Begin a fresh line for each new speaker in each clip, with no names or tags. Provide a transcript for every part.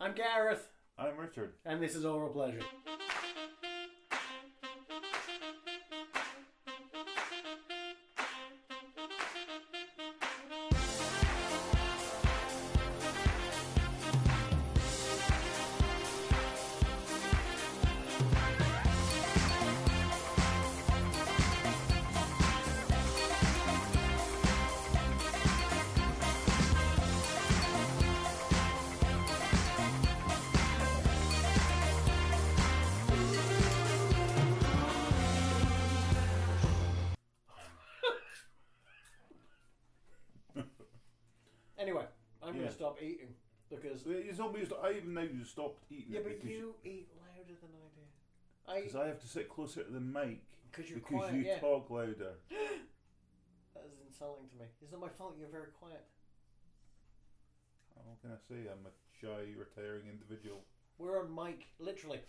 I'm Gareth,
I'm Richard.
and this is Oral Pleasure. Anyway, I'm
Yeah.
going to stop eating because.
It's almost I even now you stopped eating.
Yeah,
it
but
because
you eat louder than I do.
Because
I
I have to sit closer to the mic
because you're
because
quiet.
you
yeah,
talk louder.
that is insulting to me. It's not my fault you're very quiet.
What can I say? I'm a shy, retiring individual.
We're on mic, literally.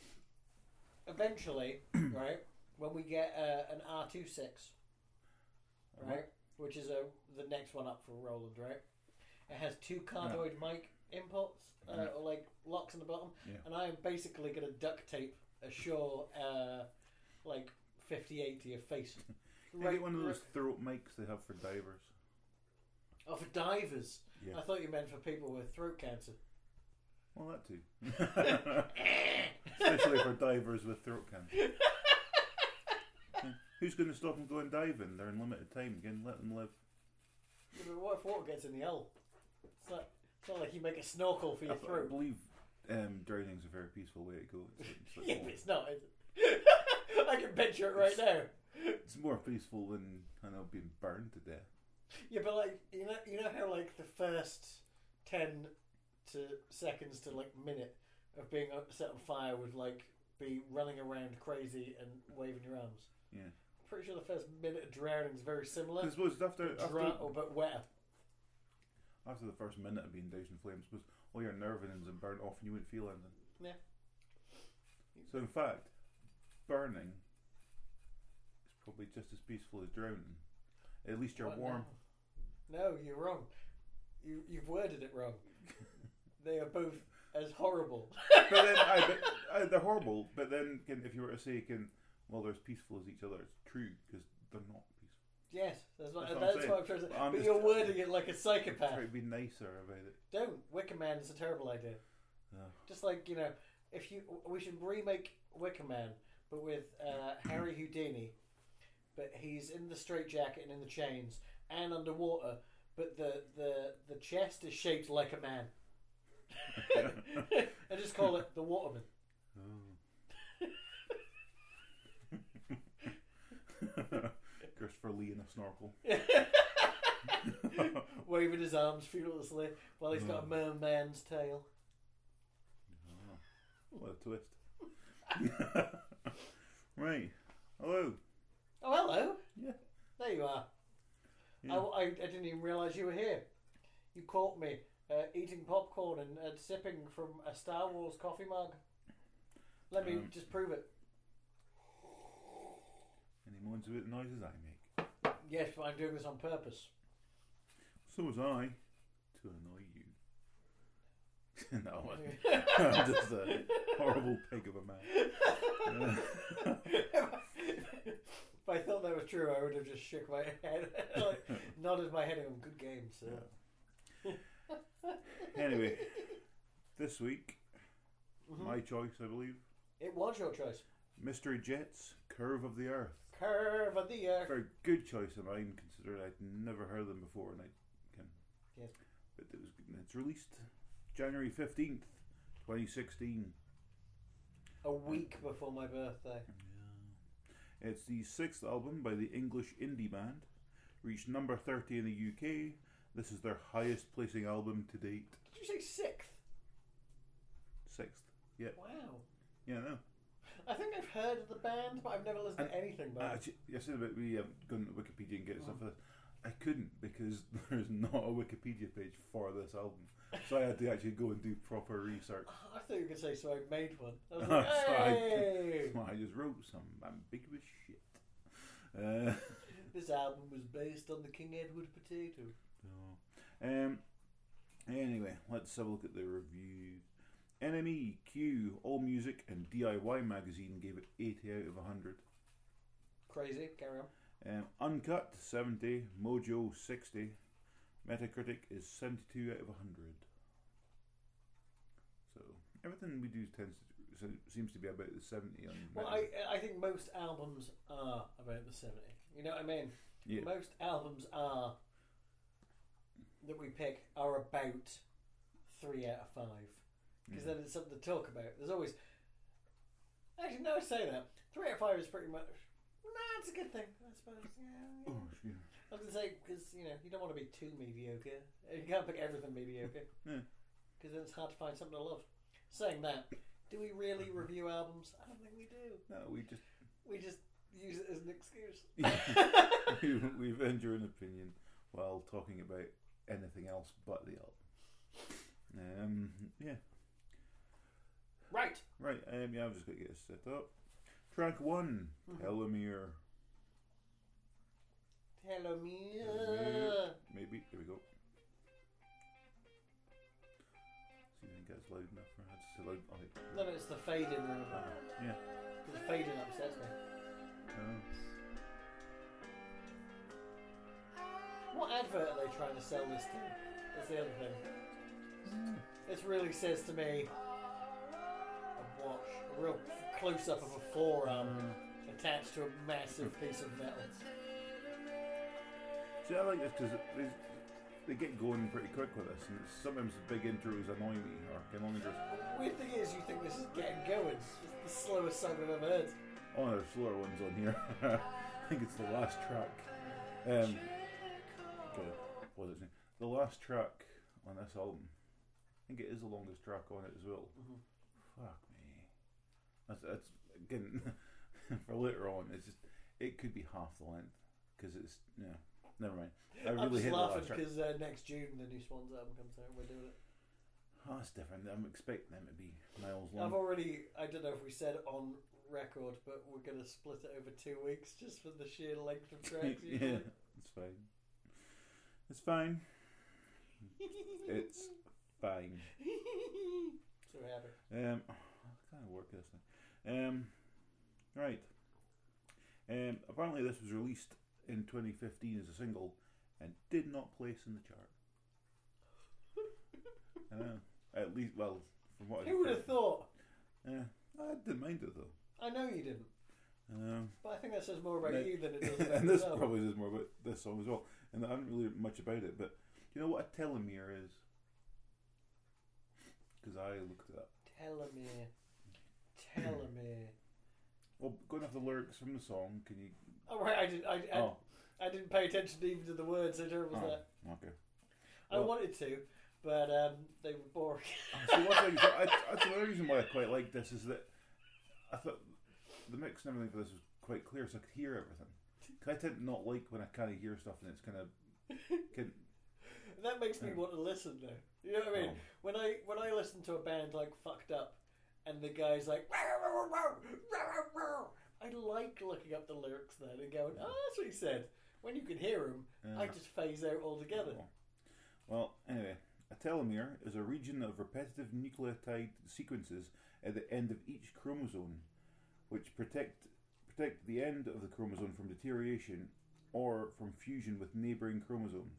Eventually, right when we get uh, an R two six,
Am I-
right, which is a the next one up for Roland, right? It has two cardioid mic inputs, uh,
Mhm.
or like locks in the bottom,
Yeah.
and I am basically going to duct tape a Shure uh, like fifty eight to your face.
Can I get one of those throat mics they have for divers.
Oh, for divers.
Yeah.
I thought you meant for people with throat cancer.
Well, that too. Especially for divers with throat cancer. Yeah. Who's going to stop them going diving? They're in limited time. Again, let them live.
Yeah, but what if water gets in the hole? It's not, it's not like you make a snorkel for
I,
your
th- I
throat.
believe um, drowning's a very peaceful way to go. It's, it's like-
Yeah, but it's not. Is it? I can picture it right now.
it's more peaceful than I know being burned to death.
Yeah, but like you know, you know how like the first ten to seconds to like minute of being o- set on fire would like be running around crazy and waving your arms.
Yeah.
Pretty sure the first minute of drowning is very similar,
I suppose after after,
dry, or but wetter.
after the first minute of being doused in flames, I suppose all your nerve endings are burnt off and you wouldn't feel anything.
Yeah.
So in fact, burning is probably just as peaceful as drowning. At least you're
What?
warm.
No. No, you're wrong. You you've worded it wrong. they are both as horrible.
but then I, but, I, they're horrible. But then can, if you were to say, can well, they're as peaceful as each other. It's true because they're not peaceful.
Yes, that's what,
That's
that's
what I'm
what, I'm,
saying.
trying to say.
But I'm
But
just-
you're wording it like a
Try
psychopath.
to be nicer about it.
Don't. Wicker Man is a terrible idea.
Ugh.
Just like you know, if you we should remake Wicker Man, but with uh, Harry Houdini, but he's in the straitjacket and in the chains and underwater, but the the the chest is shaped like a man. and just call it the Waterman.
Oh. Christopher Lee in a snorkel.
waving his arms fearlessly while he's got a merman's tail.
What a twist. right. Hello.
Oh, hello.
Yeah.
There you are. Oh,
Yeah.
I, I, I didn't even realise you were here. You caught me uh, eating popcorn and uh, sipping from a Star Wars coffee mug. Let me
Um.
just prove it.
And he moans about the noises I make.
Yes, but I'm doing this on purpose.
So was I. To annoy you. no, I'm just a horrible pig of a man.
if I thought that was true, I would have just shook my head, like, nodded my head, and gone, good game, sir.
Anyway, this week,
Mm-hmm.
my choice, I believe.
It was your choice.
Mystery Jets, Curve of the Earth.
Curve of the earth.
Very good choice of mine, considering I'd never heard of them before, and I can.
Yes.
But it was. good. It's released January fifteenth, twenty sixteen.
A week before my birthday.
It's the sixth album by the English indie band. Reached number thirty in the UK. This is their highest placing album to date.
Did you say sixth?
Sixth. Yeah.
Wow.
Yeah. No.
I think I've heard of the band, but I've never listened to anything by
Uh,
them.
actually, I said about we um, going to Wikipedia and getting stuff for this. I couldn't because there's not a Wikipedia page for this album, so I had to actually go and do proper research.
I thought you were going to say, so I made one. I was like,
Oh, So I-
hey!
Well, I just wrote some ambiguous shit. Uh,
This album was based on the King Edward potato.
no. um, anyway, let's have a look at the reviews. NME, Q, All Music, and DIY Magazine gave it 80 out of 100.
Crazy. Carry on.
Um, Uncut, 70. Mojo, 60. Metacritic is 72 out of 100. So everything we do tends to, so seems to be about the 70 on
Well,
Metacritic.
I I think most albums are about the seventy. You know what I mean?
yeah.
Most albums are that we pick are about three out of five because
yeah.
then it's something to talk about. There's always actually no I say that three out of five is pretty much. Nah, it's a good thing, I suppose. Yeah, yeah.
Oh, yeah.
I was gonna say because you know you don't want to be too mediocre. You can't pick everything mediocre
Yeah.
because then it's hard to find something to love. Saying that, do we really
Mm-hmm.
review albums? I don't think we do.
No, we just
We just use it as an excuse.
we, we venture an opinion while talking about anything else but the album. Um, yeah,
right.
right. Um, yeah, I'm just gonna get this set up. Track one,
Mm-hmm.
Telomere.
Telomere.
Maybe there we go. See if I think that's loud enough. For, that's so loud. I think.
No, no, it's the fade in room.
Yeah.
The fade in upsets me.
Oh.
What advert are they trying to sell this to? That's the other thing.
uh,
This really says to me a watch, a real close up of a forearm attached to a massive piece of metal.
See, I like this because they get going pretty quick with this, and it's, sometimes the big intros annoy me, or can only just
Weird thing is, you think this is getting going. It's the slowest song I've ever heard.
Oh, there's slower ones on here. I think it's the last track. Um, okay, what is it? The last track on this album. I think it is the longest track on it as well.
Mhm.
Fuck me. That's, that's again for later on. It's just it could be half the length because it's yeah. Never mind. I
I'm
really
just
hate the
laughing
last track.
because uh, next June the new Swans album comes out. We're doing it.
Oh, that's different. I'm expecting them to be miles
I've
long.
already. I don't know if we said on record, but we're going to split it over two weeks just for the sheer length of tracks.
yeah, it's fine. It's fine. It's fine.
so happy.
Um, I kind of work this thing. Um, right. Um, apparently this was released in 2015 as a single and did not place in the chart. I know. At least, well, from what
Who would have thought?
Yeah, I didn't mind it though.
I know you didn't,
Um,
but I think that says more about
No.
you than it does about
and this
yourself.
probably is more about this song as well. And I don't really much about it, but do you know what a telomere is? Because I looked it up.
Telomere. Telomere.
Well, going off the lyrics from the song, can you?
Oh right, I didn't. I, I,
oh,
I didn't pay attention even to the words. So terrible was
oh,
that.
okay.
I
Well-
wanted to, but um, they were boring.
So one thing, I, that's another reason why I quite like this is that I thought the mix and everything for this was quite clear, so I could hear everything. 'Cause I tend to not like when I kind of hear stuff and it's kind of can
that makes me want to listen though. You know what I mean?
Hmm. Oh.
When I when I listen to a band like Fucked Up, and the guy's like, "Wow, wow, wow, wow, wow, wow," I like looking up the lyrics then and going, "Oh, that's what he said." When you can hear him,
uh,
I just phase out altogether.
Well, anyway, a telomere is a region of repetitive nucleotide sequences at the end of each chromosome, which protect protect the end of the chromosome from deterioration or from fusion with neighboring chromosomes.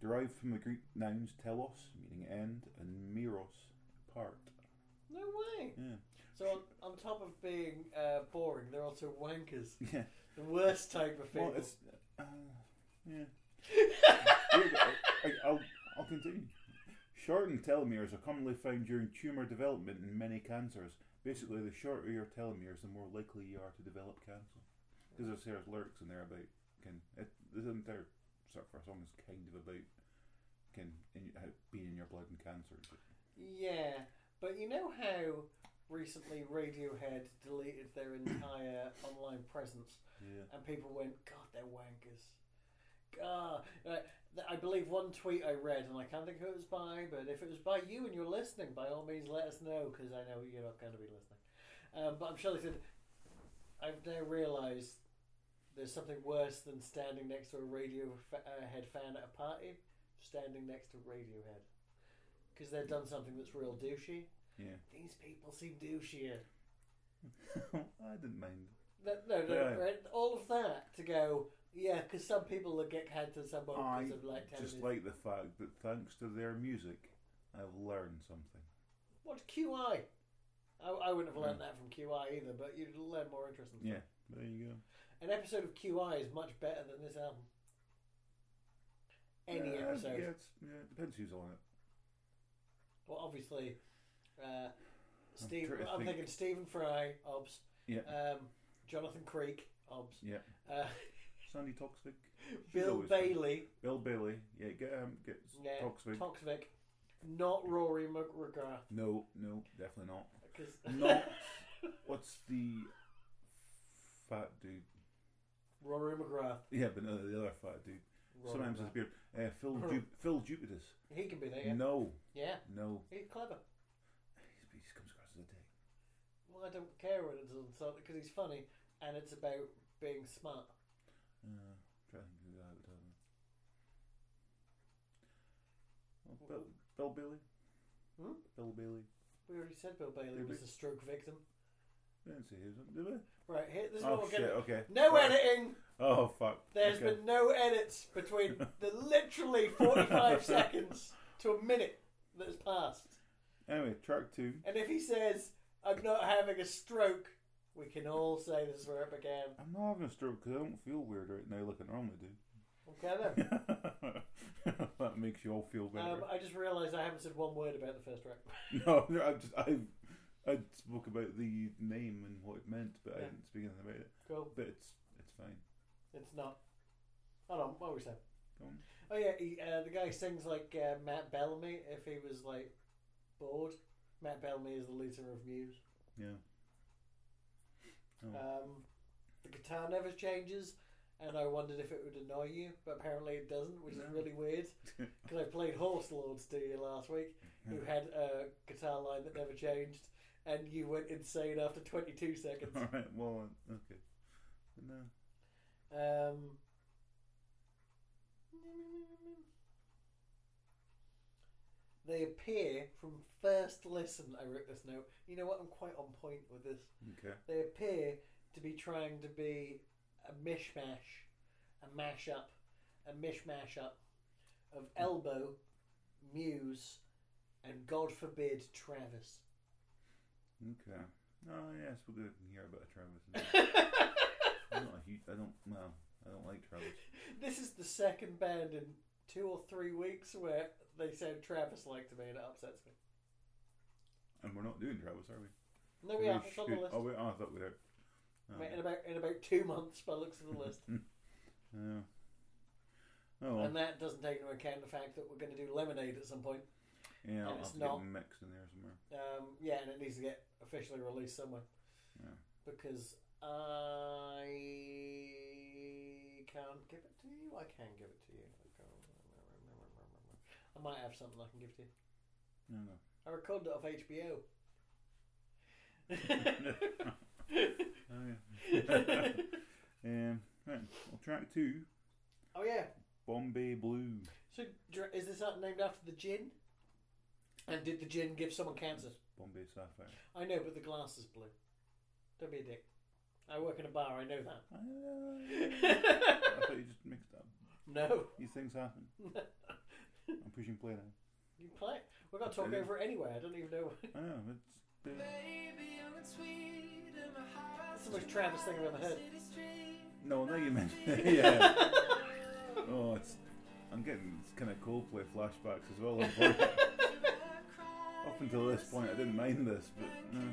Derived from the Greek nouns telos, meaning end, and meros, part.
No way.
Yeah.
So on, on top of being uh, boring, they're also wankers.
Yeah.
The worst type of people.
Well, it's. Uh, yeah. Weird, I, I, will I'll continue. Shortened telomeres are commonly found during tumour development in many cancers. Basically, the shorter your telomeres, the more likely you are to develop cancer. Because there's there's lyrics in there about can it, this entire sort of first song is kind of about can in, how being in your blood and cancer. But,
Yeah, but you know how recently Radiohead deleted their entire online presence
yeah,
and people went, God, they're wankers. God. Uh, th- I believe one tweet I read, and I can't think who it was by, but if it was by you and you're listening, by all means let us know, because I know you're not going to be listening. Um, but I'm sure they said, I've now realised there's something worse than standing next to a Radiohead fan at a party, standing next to Radiohead. Because they've done something that's real douchey,
Yeah.
These people seem douchier.
I didn't mind.
No, no, no
Yeah.
right? all of that to go, yeah, because some people will get cancer, some won't
I
'cause of like television.
just like the fact that thanks to their music, I've learned something.
What's QI? I, I wouldn't have learned that from QI either, but you'd learn more interesting stuff.
Yeah, there you go.
An episode of QI is much better than this album. Any
Yeah,
episode.
Yeah, it's, yeah, it depends who's on it.
Well, obviously, uh, Steve.
trying to
I'm
think.
thinking Stephen Fry, obs.
Yeah.
Um, Jonathan Creek, obs.
Uh, Yeah.
Uh,
Sandy Toxic.
Bill
always fun.
Bailey,
Bill Bailey. Yeah, get um, get
yeah,
Toxic.
Toxvic, not Rory McGrath,
no, no, definitely not.
'cause-
Not- What's the fat dude?
Rory McGrath.
Yeah, but no, the other fat dude.
Rory
Sometimes his
McGrath.
beard. Uh, Phil Ju- Phil Jupiter.
he can be there. Yeah.
No,
yeah,
no.
he's clever.
He's, he just comes across as a dick.
Well, I don't care when it's on because he's funny, and it's about being smart.
Uh, trying to think who that would have. Well, Oh, Bill, Bill Bailey.
Hmm?
Bill Bailey.
We already said Bill Bailey
Did
was
we?
a stroke victim.
I didn't say his name, did we?
Right here, this is what
Oh
we're
shit!
gonna.
Okay.
No
Right.
editing.
Oh fuck.
There's
okay.
been no edits between the literally 45 seconds to a minute that's passed.
Anyway, track two.
And if he says, I'm not having a stroke, we can all say this is where it began.
I'm not having a stroke because I don't feel weird right now like I normally
Okay then.
do. that makes you all feel better.
Um, I just realised I haven't said one word about the first track.
no, no, I just I I spoke about the name and what it meant, but I
Yeah.
didn't speak anything about it.
Cool.
But it's it's fine.
It's not. Hold on, what were we saying?
Go on.
Oh yeah, he, uh, the guy sings like uh, Matt Bellamy if he was like bored. Matt Bellamy is the leader of Muse.
Yeah. Oh.
Um, the guitar never changes, and I wondered if it would annoy you, but apparently it doesn't, which
No.
is really weird. Because I played Horse Lords to you last week, who had a guitar line that never changed, and you went insane after 22 seconds.
all right. Well, uh, okay. No.
Um, they appear from first listen. I wrote this note. You know what? I'm quite on point with this.
Okay.
They appear to be trying to be a mishmash, a mashup, a mishmash up of Elbow, Muse, and God forbid Travis.
Okay. Oh yes, we're going to hear about Travis. I'm
this
not a huge. I don't. Well, I don't like Travis.
is the second band in two or three weeks where they sound Travis like to me and it upsets me.
And we're not doing Travis, are we?
No, we are. It's
should.
on the list.
Oh, wait, oh, I thought we were. Oh.
Mate, In about in about two months, by the looks of the list,
Yeah. Oh, well.
and that doesn't take into account the fact that we're going to do lemonade at some point.
yeah, I'll
and it's
have to
not-
get mixed in there somewhere.
Um, yeah, and it needs to get officially released somewhere.
Yeah.
Because I can't give it to you. I can give it to you. I can't- I might have something I can give to you.
No, no.
I recorded it off HBO.
Oh, yeah. um, right. Well, track two,
oh yeah.
Bombay Blue.
So dr- is this up- named after the gin? And did the gin give someone cancer?
Bombay Sapphire.
I know, but the glass is blue. Don't be a dick. I work in a bar. I know that.
Ah, I thought you just mixed up.
no.
These things happen. I'm pushing play now.
You play. We're gonna talk
Okay.
over it anyway. I don't even know.
I know it's. uh,
That's the most Travis thing I've ever heard.
No, no, you mentioned it. yeah. Oh, it's. I'm getting kind of Coldplay flashbacks as well. unfortunately. Up until this point, I didn't mind this, but no.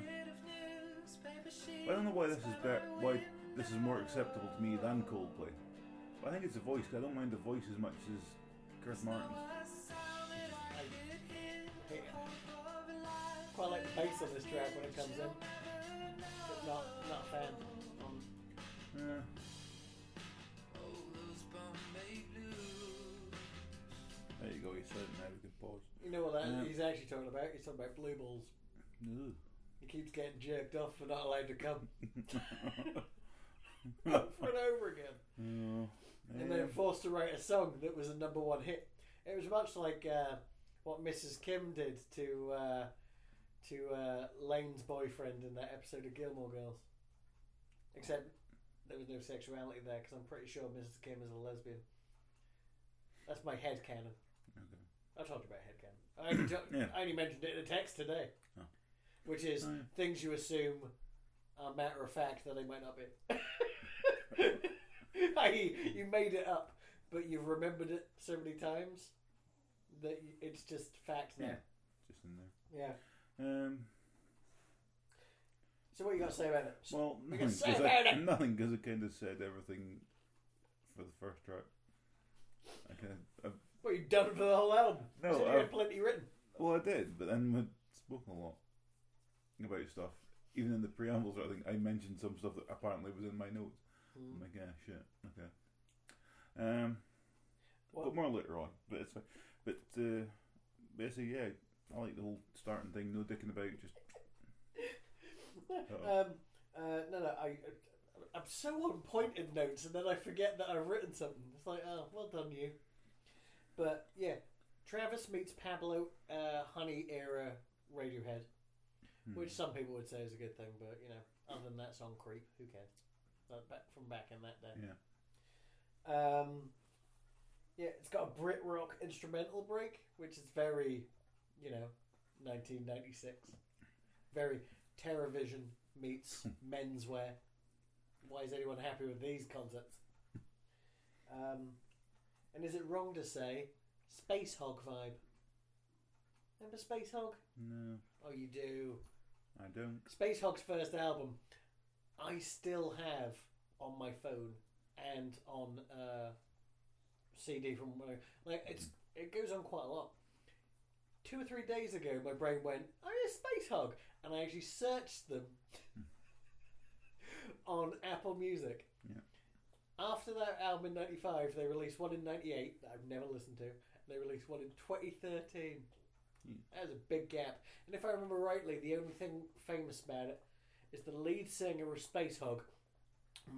But I don't know why this is better. Why this is more acceptable to me than Coldplay. But I think it's the voice. 'cause I don't mind the voice as much as Chris Martin's.
Yeah. Quite like the bass on this track when it comes in, but not not a fan. Um,
Yeah. There you go. He said it now. We can pause.
you know what that
Yeah.
he's actually talking about? He's talking about blue balls.
Ugh.
He keeps getting jerked off for not allowed to come over and over again,
Oh,
and then
um,
forced to write a song that was a number one hit. It was much like uh, what Mrs. Kim did to uh, to uh, Lane's boyfriend in that episode of Gilmore Girls. Except there was no sexuality there because I'm pretty sure Mrs. Kim is a lesbian. That's my head canon.
Okay.
I told you about head canon. I only, to-
Yeah.
I only mentioned it in a text today,
Oh.
which is
Oh, yeah.
things you assume are matter of fact that they might not be. I.e., you made it up, but you've remembered it so many times that y- it's just fact now.
Just in there.
Yeah.
Um,
So what you got to say about it? So-
well,
We
nothing
can say
because I,
about it.
nothing 'cause I kind of said everything for the first track. I kind of, I,
What you done for the whole album?
No,
so you
uh,
had plenty written.
well, I did, but then we'd spoken a lot about stuff. Even in the preambles, I think I mentioned some stuff that apparently was in Oh my notes. I'm like, yeah, shit, okay. Um,
What?
but more later on. But it's fine. But uh, basically, yeah, I like the whole starting thing. No dicking about. Just
um, uh, no, no. I, I'm so on point in notes, and then I forget that I've written something. It's like, oh, well done, you. But yeah, Travis meets Pablo, uh, Honey era Radiohead,
hmm.
which some people would say is a good thing, but you know, other than that song, creep. Who cares? But back from back in that day.
Yeah.
Um, yeah, it's got a Brit rock instrumental break, which is very, you know, 1996. Very Terrorvision meets menswear. Why is anyone happy with these concepts? Um, and is it wrong to say Space Hog vibe? Remember Space Hog?
No,
Oh, you do.
I don't.
Space Hog's first album, I still have on my phone and on uh, CD from my- like it's it goes on quite a lot. Two or three days ago, my brain went, "Oh yeah, Space Hog," and I actually searched them on Apple Music.
Yeah.
After that album in '95, they released one in '98 that I've never listened to. And they released one in 2013.
Hmm.
That was a big gap. And if I remember rightly, the only thing famous about it is the lead singer of Space Hog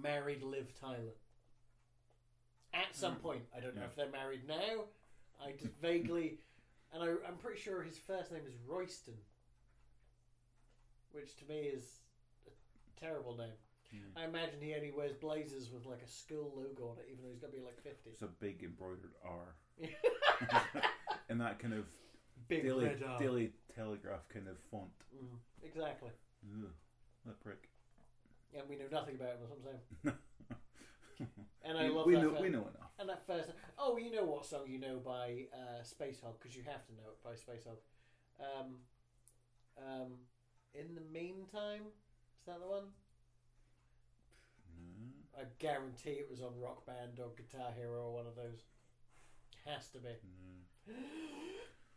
married Liv Tyler. At some
Hmm.
point, I don't know
Yeah.
if they're married now. I just vaguely, and I, I'm pretty sure his first name is Royston, which to me is a terrible name.
Yeah.
I imagine he only wears blazers with like a school logo on it, even though he's got to be like 50.
It's a big embroidered R. In that kind of
Big
daily,
red R.
daily telegraph kind of font.
Mm, exactly.
Ugh, that prick.
And we know nothing about him, that's what I'm saying. And I
we,
love
we
that.
know
fact.
we know enough.
And that first, oh, you know what song you know by uh, Space Hog because you have to know it by Space Hog. Um, um, in the meantime, is that the one?
No.
I guarantee it was on Rock Band or Guitar Hero or one of those. Has to be.
No.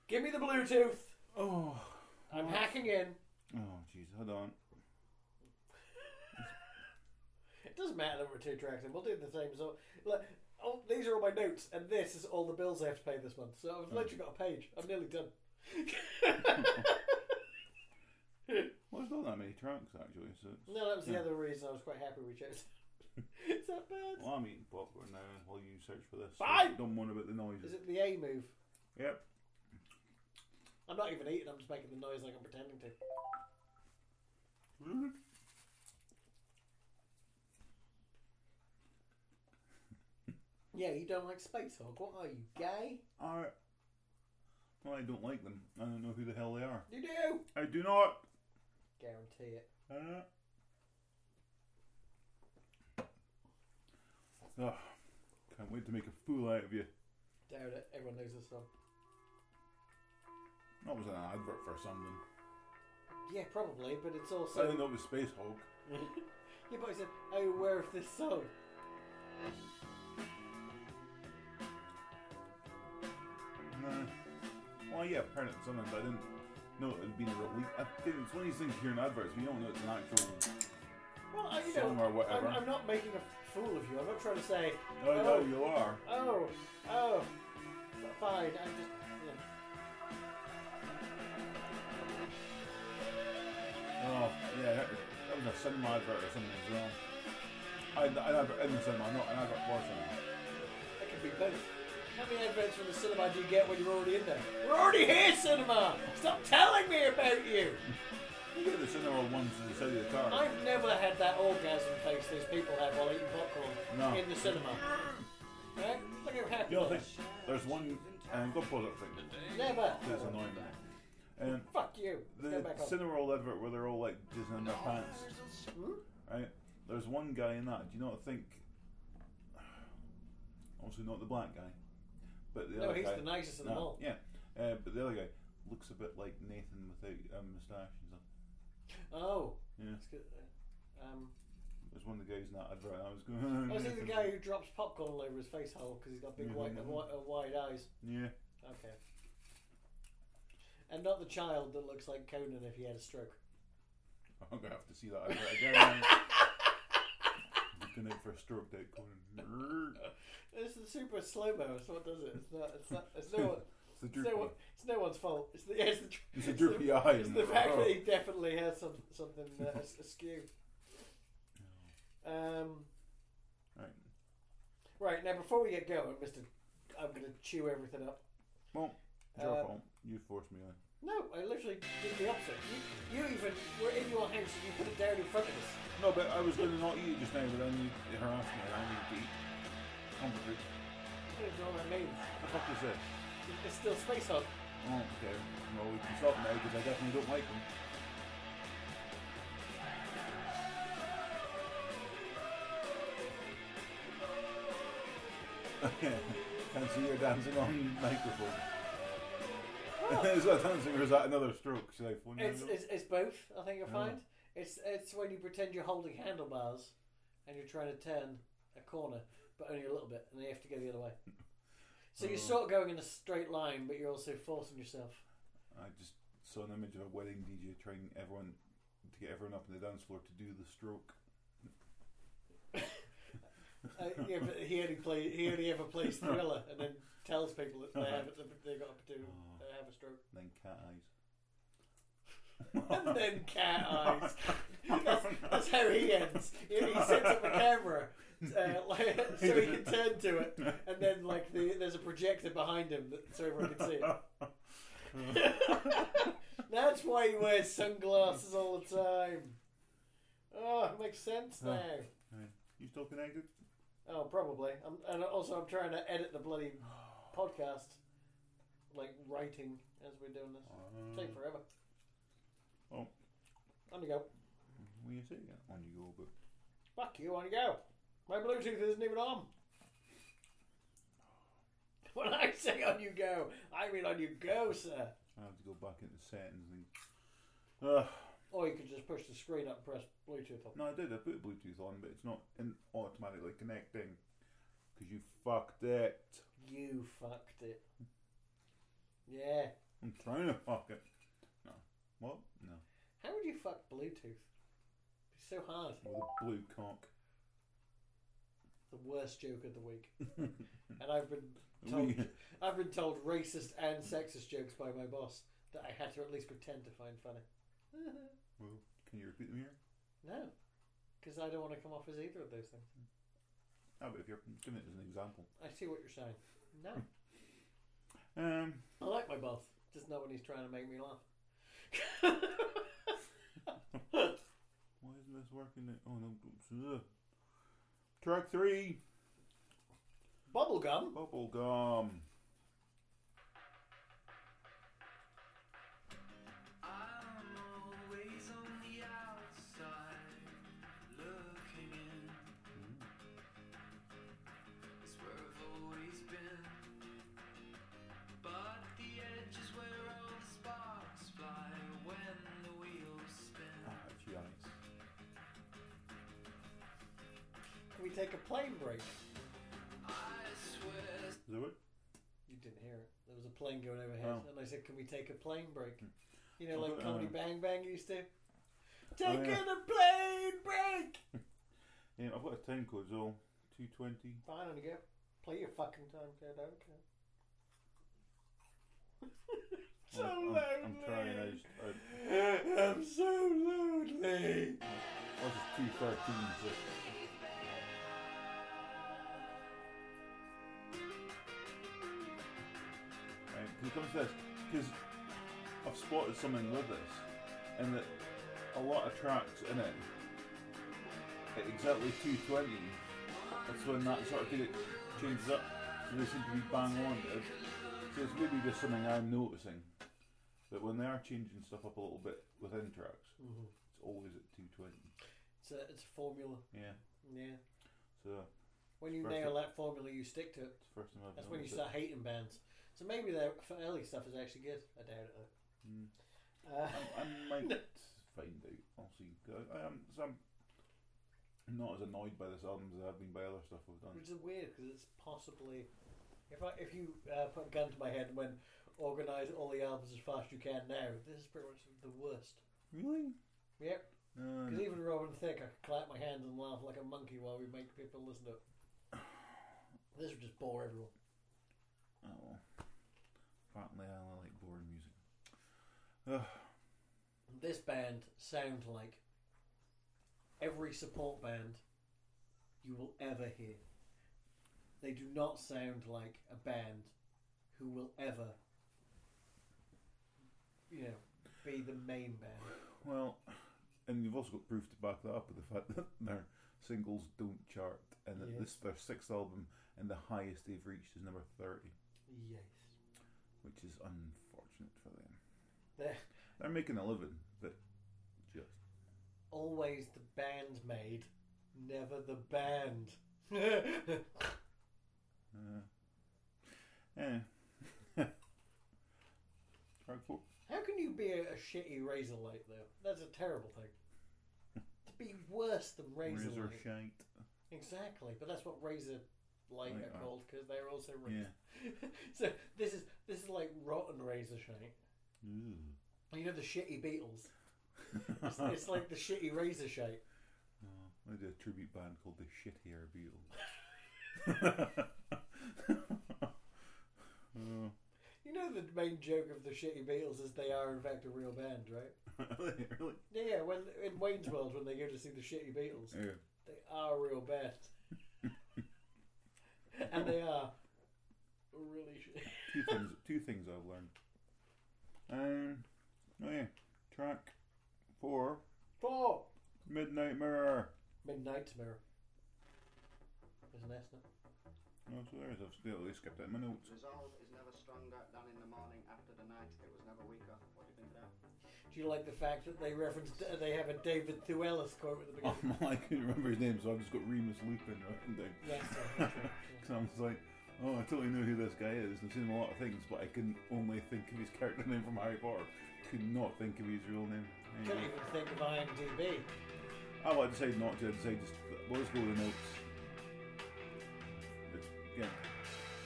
Give me the Bluetooth.
Oh,
I'm
What?
hacking in.
oh, jeez, hold on.
It doesn't matter that we're two tracks and we'll do the same. So, look, oh, these are all my notes, and this is all the bills I have to pay this month. So I've literally got a page. I'm nearly done.
Well, there's not that many tracks actually. So, it's,
No, that was the
Yeah.
other reason I was quite happy we chose. is that bad?
well, I'm eating popcorn now while you search for this. so
Fine.
don't moan about the noises.
Is it the A move?
Yep.
I'm not even eating. I'm just making the noise like I'm pretending to. Mm-hmm. Yeah, you don't like Space Hog. What are you gay?
Are well, I don't like them. I don't know who the hell they are.
You do.
I do not.
Guarantee it.
Uh, Ugh. can't wait to make a fool out of you.
Doubt it. Everyone knows this song.
That was an advert for something.
Yeah, probably, but it's
I
also.
didn't know it was Space Hulk.
you boys said, "Are you aware of this song?"
Nah. Well, yeah, I've heard it sometimes, but I didn't know it had been a release. I think it's one of these things you hear in adverts, but you don't know it's an actual.
Well, I- you
Song
know,
or whatever.
I'm, I'm not making a fool of you. I'm not trying to say,
Oh, no,
Oh.
you are.
"Oh, oh, f- fine." I'm just. You know.
Oh, yeah, that was, that was a cinema advert or something as well. I, an advert in the cinema, not an advert for cinema.
That could be both. How many adverts from the cinema do you get when you're already in there? We're already here, cinema! Stop telling me about you!
You get the cinema ones at the side of the car.
I've never had that orgasm face these people have while eating popcorn
No.
in the cinema. Right? Look how happy
The other
they
thing, there's one um, good product thing
are. Never!
that's annoying me. Um,
Fuck you! Let's go
the
back on.
Cineworld advert where they're all like jizzing in their pants,
Hmm?
right? There's one guy in that. Do you not think? Obviously not the black guy, but the
No,
other
he's
guy.
the nicest of them
no,
all.
yeah, uh, but the other guy looks a bit like Nathan without a moustache and stuff.
Oh.
Yeah.
That's good. Um,
There's one of the guys in that advert. I was going.
I was Oh, the guy who drops popcorn all over his face hole because he's got big white,
Mhm.
white, uh, wide eyes.
Yeah.
Okay. And not the child that looks like Conan if he had a stroke.
I'm gonna have to see that advert again. Looking out for a stroke that Conan.
It's the super slow mo. It's what does it? It's not. It's not. It's no. one-
It's the
It's
droopy.
no, one- it's no one's fault. It's the. Yeah, it's the.
It's a droopy eye.
It's the fact that he definitely has some something uh, as- askew.
Oh.
Um.
Right.
Right now, before we get going, Mister, I'm going to chew everything up.
Well, it's your
Uh,
fault. You forced me on.
No, I literally did the opposite. You, you even were in your house and you put it down in front of us.
No, but I was going to not eat it just now, but then you harassed me. and I need to eat. Comfort food.
I don't know what that means.
What the fuck is this?
It's still space hog.
Oh, okay. Well, we can stop now because I definitely don't like them. Can't see you're dancing on microphone. is that dancing or is that another stroke? Should I phone you?
It's, it's, it's both. I think I
Yeah.
find it's it's when you pretend you're holding handlebars and you're trying to turn a corner, but only a little bit, and you have to go the other way. So you're
Oh.
sort of going in a straight line, but you're also forcing yourself.
I just saw an image of a wedding DJ trying everyone to get everyone up on the dance floor to do the stroke.
Uh, yeah, but he only play he only ever plays Thriller, and then tells people that they have they got to do
Oh,
they have a stroke,
then cat eyes.
and then cat eyes. That's, that's how he ends. He, he sets up a camera uh, like, so he can turn to it, and then like the, there's a projector behind him that, so everyone can see it. That's why he wears sunglasses all the time. Oh, it makes sense now.
You still connected?
Oh, probably. I'm, and also, I'm trying to edit the bloody podcast, like writing as we're doing this.
Um,
Take forever.
Oh.
On you go.
Well, you say that on you go, but
Fuck you, on you go. My Bluetooth isn't even on. When I say on you go, I mean on you go, sir.
I have to go back into settings and. Ugh.
Or you could just push the screen up and press Bluetooth on.
no, I did. I put Bluetooth on, but it's not in automatically connecting because you fucked it.
You fucked it. Yeah.
I'm trying to fuck it. No. What? No.
How would you fuck Bluetooth? It's so hard.
With a blue cock.
The worst joke of the week. and I've been told
We-
I've been told racist and sexist jokes by my boss that I had to at least pretend to find funny.
well, can you repeat them here?
no. Because I don't want to come off as either of those things.
No, Oh, but if you're giving it as an example.
I see what you're saying. No.
Um.
I like my boss. Just not when he's trying to make me laugh.
Why isn't this working? Oh no. oops, ugh. Track three.
Bubblegum?
Bubblegum.
I'm always on the outside looking in.
Mm.
It's where I've always been. But the edge is where all the sparks fly when the wheels spin.
Ah, gee, Alex.
Can we take a plane break?
I swear
Is that it?
You didn't hear it. There was a plane going overhead,
Oh.
and I said, "Can we take a plane break?"
Hmm.
You know,
Oh,
like
uh, Oh,
Comedy Bang Bang used to. Taking
yeah.
a plane break.
Yeah, Um, I've got a time code, so 220.
Fine, on you go. Play your fucking time code. I don't care. so
I'm, I'm-
lonely.
I'm trying. I just, I,
I'm so lonely.
I was just 213. So.
I
When it comes to this, because I've spotted something with this, and that a lot of tracks in it at exactly 220. That's when that sort of thing changes up. So they seem to be bang on. It- So it's maybe just something I'm noticing that when they are changing stuff up a little bit within tracks,
hmm
it's always at 220.
It's a it's a formula.
Yeah.
Yeah.
So
When you
Right.
nail that formula, you stick to it.
it's the first time I've
That's when you
noticed it.
start hating bands. So maybe their f- early stuff is actually good. I doubt it. though.
Mm.
Uh,
I might find out. I'll see. I am, so I'm not as annoyed by this album as I've been by other stuff we've done.
which is weird because it's possibly if I if you uh, put a gun to my head and went organize all the albums as fast as you can now, this is pretty much the worst.
Really?
Yep.
No,
Because
no.
even Robin Thicke, I could clap my hands and laugh like a monkey while we make people listen to it. This would just bore everyone.
Oh, well. Apparently, I like boring music. Ugh.
This band sound like every support band you will ever hear. They do not sound like a band who will ever, you know, be the main band.
Well, and you've also got proof to back that up with the fact that their singles don't chart, and that
Yes.
this their sixth album and the highest they've reached is number thirty,
Yes.
which is unfortunate for them.
They're
They're making a living, but just
always the band made, never the band.
uh, eh. Track four.
How can you be a, a shitty razor light though? That's a terrible thing. to be worse than razor,
Razor
light.
shite.
exactly, but that's what razor light
Light
are
are.
called because they're also
Yeah.
razor. so this is this is like rotten razor shite. You know the shitty Beatles. It's,
Ooh.
it's like the shitty razor shite.
Oh, I did a tribute band called the Shit Hair Beatles. oh,
You know the main joke of the shitty Beatles is they are in fact a real band, right?
really?
Yeah, yeah. When in Wayne's World, when they go to see the shitty Beatles,
Yeah.
They are real bad. and they are really shit.
Two things. Two things I've learned. Um. Oh yeah. Track four.
Four.
Midnight Mirror.
Midnight's Mirror. Isn't that it?
Oh, so there's. I've still skipped out my notes.
Resolve is never stronger than in the morning after the night. It was never weaker. What do you think of that?
Do you like the fact that they referenced uh, they have a David Thewellis quote at the
Oh,
beginning?
I couldn't remember his name, so I've just got Remus Lupin written down.
yes, I think so.
So I'm just like, oh, I totally know who this guy is. I've seen him in a lot of things, but I can only think of his character name from Harry Potter. Could not think of his real name.
I
Anyway.
Couldn't even think of IMDb.
Oh, well, I decided not to. I decided just well, let's go with the notes. But, yeah,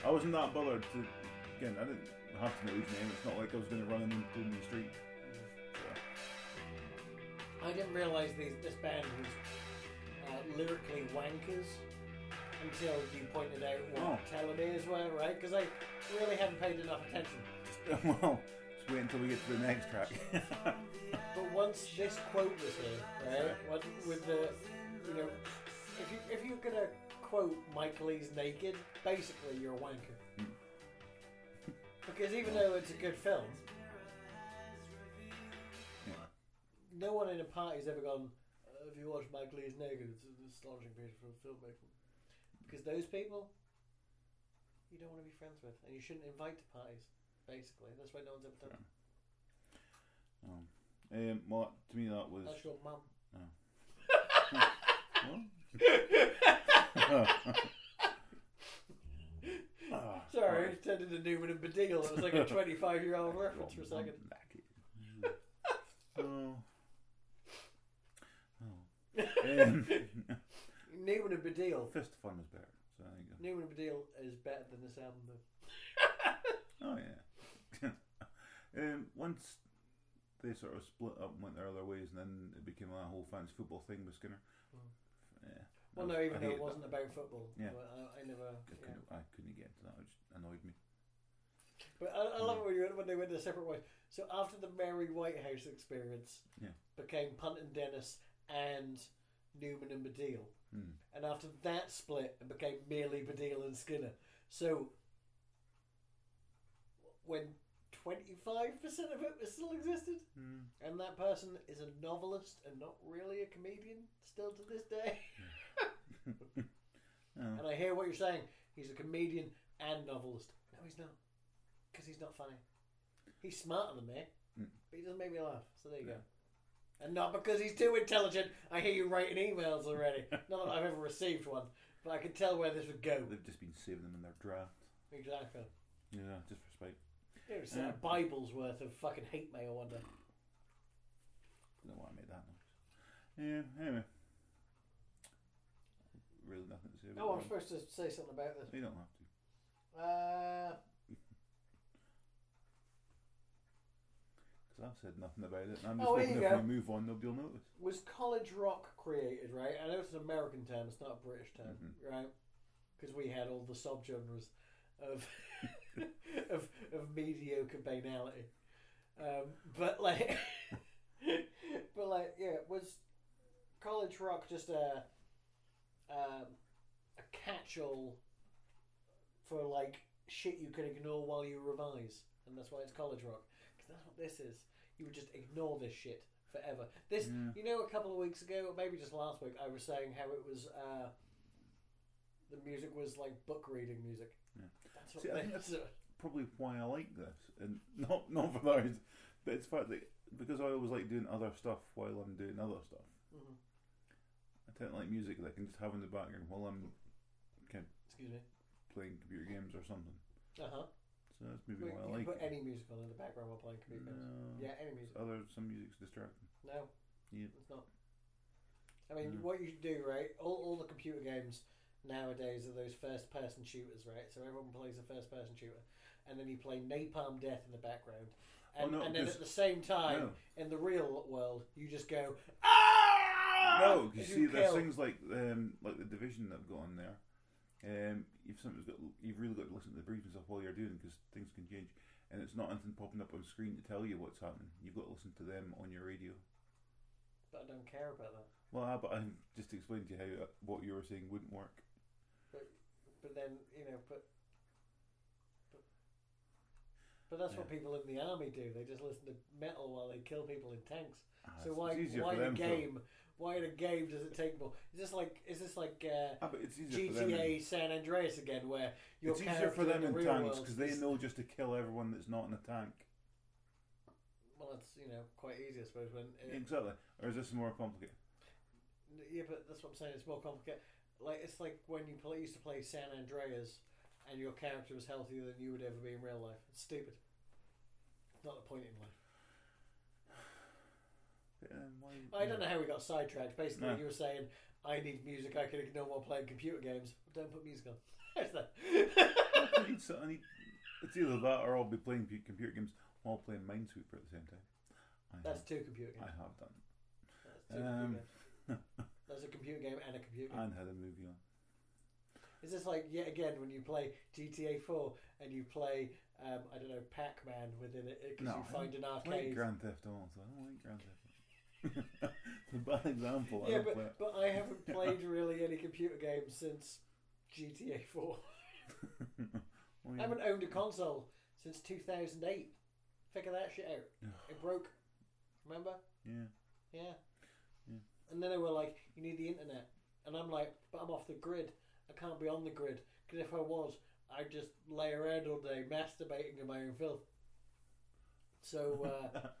I wasn't that bothered to. Again, I didn't have to know his name. It's not like I was going to run him into him in the street.
Mm. I didn't realise these, this band was uh, lyrically wankers until you pointed out what
Oh.
telomeres were, right? Because I really haven't paid enough attention.
well, just wait until we get to the next track.
But once this quote was here, right? Once with the, you know, if you if you're gonna quote Michael Lee's naked, basically you're a wanker. Because even though it's a good film, no one in a party's ever gone. "Uh, Have you watched Michael Lee's naked? It's an astonishing piece of filmmaking. Because those people, you don't want to be friends with, and you shouldn't invite to parties. Basically, that's why no one's ever done. it.
um, um, well, to me that was.
That's your mum.
Ah,
Sorry, it turned into Newman and Bedeal. It was like a 25 year old reference for a second.
Oh. Oh. Um,
Newman and Bedeal.
Fist of Fun was better. So there you go.
Newman and Bedeal is better than this album, though.
Oh yeah. um, once they sort of split up and went their other ways, and then it became that whole fans football thing with Skinner.
Mm.
Yeah.
Well,
I
no,
was-
even
I
though
hated
it wasn't about football.
Yeah.
but I, I never.
That. I
yeah.
couldn't, I couldn't get into that. It just annoyed me.
But I, I love it when, you, went- when they went their separate ways. So after the Mary Whitehouse experience
Yeah.
became Punt and Dennis and Newman and Bedeal.
Hmm.
And after that split, it became merely Badil and Skinner. So when twenty-five percent of it was still existed,
Mm.
and that person is a novelist and not really a comedian still to this day.
Yeah.
And I hear what you're saying. He's a comedian and novelist. No, he's not, because he's not funny. He's smarter than me,
Mm.
but he doesn't make me laugh. So there you
Yeah.
go. And not because he's too intelligent. I hear you writing emails already. not that I've ever received one, but I can tell where this would go.
They've just been saving them in their draft.
Exactly.
Yeah, just for spite.
It was a
Yeah.
Bible's worth of fucking hate mail one day.
Don't know why I made that noise. Yeah, anyway. Really nothing to say about
Oh,
that.
I'm supposed to say something about this.
You don't have to.
Uh,
Because I've said nothing about it. And I'm
Oh,
just
here
hoping
you
if
go.
we move on, nobody will notice.
was college rock created, right? I know it's an American term, it's not a British term, right? Because we had all the subgenres of of, of mediocre banality. Um, but like, but like, yeah, was college rock just a um, a catch-all for like shit you could ignore while you revise, and that's why it's college rock? Because that's what this is. You would just ignore this shit forever. This,
Yeah.
you know, a couple of weeks ago, or maybe just last week, I was saying how it was. Uh, the music was like book reading music.
Yeah.
That's what
See, I think
this-
Probably why I like this. And not, not for that, reason, but it's the fact that because I always like doing other stuff while I'm doing other stuff.
Mhm.
I tend to like music that I can just have in the background while I'm
Excuse me.
playing computer games or something.
Uh huh.
So that's
You
maybe why I
can
like
put
it.
any music on in the background while playing computer games.
No.
Yeah, any music.
Other some music's distracting.
No.
Yeah.
It's not. I mean,
No.
what you do, right? All, all the computer games nowadays are those first person shooters, right? So everyone plays a first person shooter. And then you play Napalm Death in the background.
Oh,
And,
no,
and then
'cause-
at the same time,
No.
in the real world, you just go, ah!
No, 'cause
As
you see, there's
kill.
things like um, like the division that have got on there. Um, you've sometimes got you've really got to listen to the briefings of while you're doing because things can change, and it's not anything popping up on screen to tell you what's happening. You've got to listen to them on your radio.
But I don't care about that.
Well, ah, but I just explained to you how uh, what you were saying wouldn't work.
But then, you know, but. But, but that's what people in the army do. They just listen to metal while they kill people in tanks.
Ah,
So
it's-
why
it's easier
why
for
the
them to-
game? Why the game does it take more? Is this like is this like uh,
Ah, but it's easier for them.
GTA San Andreas again, where
In,
your
it's easier
character
for them
the
in
real
tanks
world
because they
is-
know just to kill everyone that's not in a tank.
Well, that's you know quite easy, I suppose. When it,
Exactly. Or is this more complicated?
yeah, but that's what I'm saying. It's more complicated. Like it's like when you play, used to play San Andreas, and your character was healthier than you would ever be in real life. It's stupid. It's not the point in life.
Um, why,
I don't know how we got sidetracked. Basically,
No.
you were saying I need music I can ignore while playing computer games. Don't put music on. How's that?
I need, so- I need, it's either that or I'll be playing pu- computer games while playing Minesweeper at the same time. I
That's two computer games.
have, I have done. it.
That's two computer
Um, Uh,
games. That's a computer game and a computer game.
and had a movie on.
Is this like yet again when you play GTA 4 and you play um, I don't know Pac Man within it because
No,
you
I
find an
I like
arcade?
Grand Theft Auto. so I don't like Grand Theft Auto. it's a bad example. I
Yeah,
don't play
but, but I haven't played really any computer games since GTA 4.
it. Well,
I
yeah.
haven't owned a console since 2008. Figure that shit out. it broke. Remember?
yeah.
Yeah.
Yeah.
And then they were like, "You need the internet," and I'm like, "But I'm off the grid. I can't be on the grid because if I was, I'd just lay around all day masturbating in my own filth." So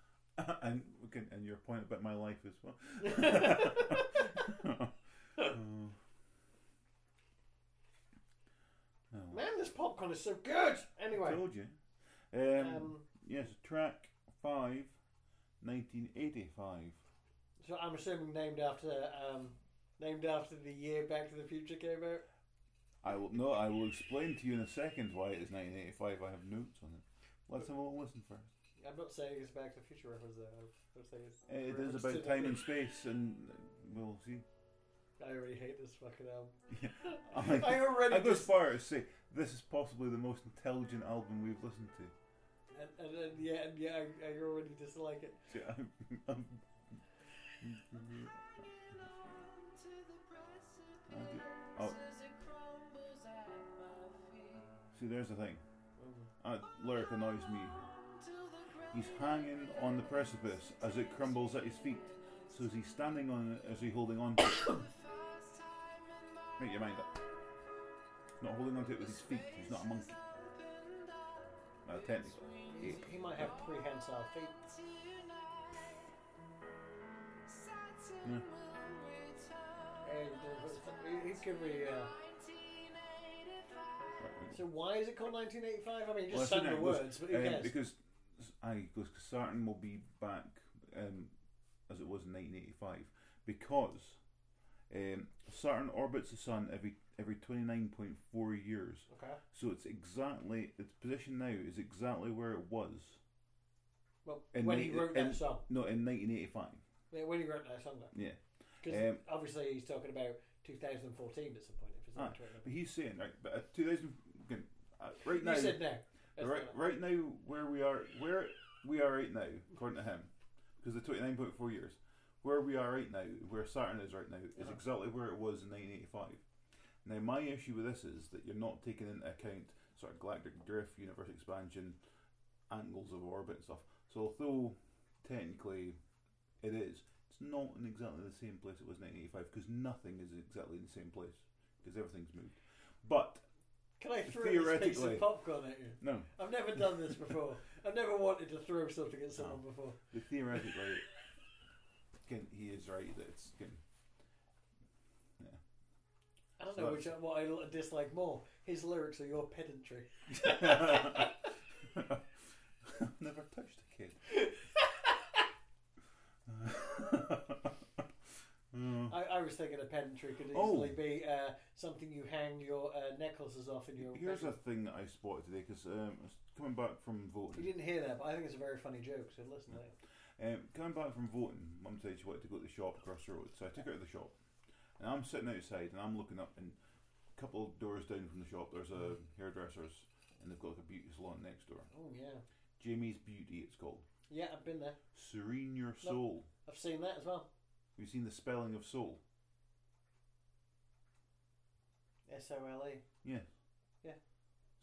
uh,
and okay, and your point about my life as well. Oh. Oh,
man, this popcorn is so good. Anyway,
told you. Um,
um,
yes, track five, 1985.
so I'm assuming named after um, named after the year Back to the Future came out.
I will no. I will explain to you in a second why it is 1985. I have notes on it. Let's have a little listen first.
I'm not saying it's Back to the Future reference though. I'm, I'm saying it's
Uh, It is
reference to
about
the-
time and space, and we'll see.
I already hate this fucking album. I
I,
already
I go as
just
far as to say this is possibly the most intelligent album we've listened to.
and, and, and yeah and yeah I, I already dislike it.
See, I'm, I'm, Oh. see, there's the thing. Uh, lyric annoys me. He's hanging on the precipice as it crumbles at his feet. So is he standing on it? Is he holding on? to it? Make your mind up. He's not holding on to it with his feet. He's not a monkey. No, technically.
He, he might have prehensile feet.
Yeah.
And uh, it could be. Uh,
Right, right.
so why is it called 1985? I mean,
Well,
just
I
well,
think
the
that goes-
words, but who
um,
cares?
Because I because Saturn will be back um, as it was in 1985 because um, Saturn orbits the Sun every every 29.4 years.
okay.
So it's exactly its position now is exactly where it was.
Well,
in
when he
nineteen-
wrote
in-
that song,
No, in 1985.
yeah, when he wrote that song,
Yeah.
because
um,
obviously he's talking about 2014 at some point. If it's
Ah,
not
but he's saying right, but uh, 2000 again, uh, right
you
now.
said no. That's
right,
not-
right now where we are where we are right now according to him because the 29.4 years where we are right now where saturn is right now is
Uh-huh.
exactly where it was in 1985 now my issue with this is that you're not taking into account sort of galactic drift universe expansion angles of orbit and stuff so although technically it is it's not in exactly the same place it was in 1985 because nothing is exactly in the same place because everything's moved but
Can I throw this piece
theoretically-
of popcorn at you?
no
I've never done this before. I've never wanted to throw something at someone
Oh.
before.
But theoretically, again, he is right that it's again,
I don't
So
know
that's-
which I- what I l- dislike more: his lyrics or your pedantry.
I've never touched a kid. Mm.
I, I was thinking a pedantry could
Oh.
easily be uh, something you hang your uh, necklaces off in your.
Here's a
bedroom.
thing that I spotted today because um, I was coming back from
You
voting,
didn't hear that, but I think it's a very funny joke. So listen to it.
um, coming back from voting, Mum said she wanted to go to the shop across the road, so I took her to the shop, and I'm sitting outside and I'm looking up, and a couple of doors down from the shop, there's a hairdresser's, and they've got like a beauty salon next door.
Oh yeah,
Jamie's Beauty, it's called.
yeah, I've been there.
Serene Your Soul.
I've seen that as well.
Have you seen the spelling of soul?
S O L E,
Yeah.
Yeah.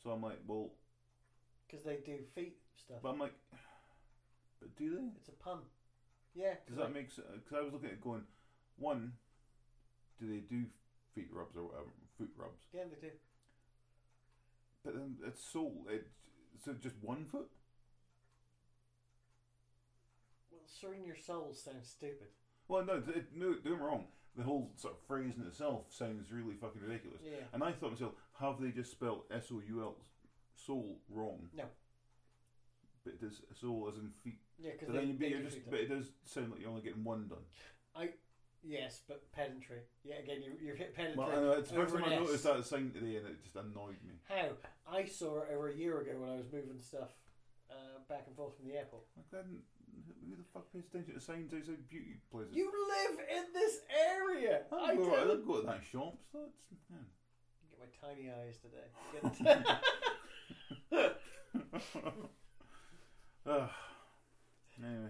So I'm like, well,
because they do feet stuff.
but I'm like, but do they?
it's a pun. Yeah.
Does that make sense? Because I was looking at it going, one, do they do feet rubs or whatever, foot rubs?
Yeah, they do.
But then it's soul. It, so just one foot?
Well, serene your soul sounds stupid.
Well, no, it, no, don't get me wrong. The whole sort of phrase in itself sounds really fucking ridiculous.
Yeah.
And I thought to myself, have they just spelled S O U L soul wrong?
No.
But it is soul as in feet.
Yeah, because
But
they,
then you
they
but you're
do feet
just
stuff.
but it does sound like you're only getting one done.
Yes, but pedantry. Yeah, again, you, you hit pedantry.
Well, I know, it's the first
over
time I
an
noticed
S.
that sign today, and it just annoyed me.
How? I saw it over a year ago when I was moving stuff uh, back and forth from the airport.
Like, then who the fuck pays attention to signs outside beauty places?
You live in this area!
I
I
don't, go, I
do.
don't go to that shop. So it's, yeah.
Get my tiny eyes today.
Ugh. anyway.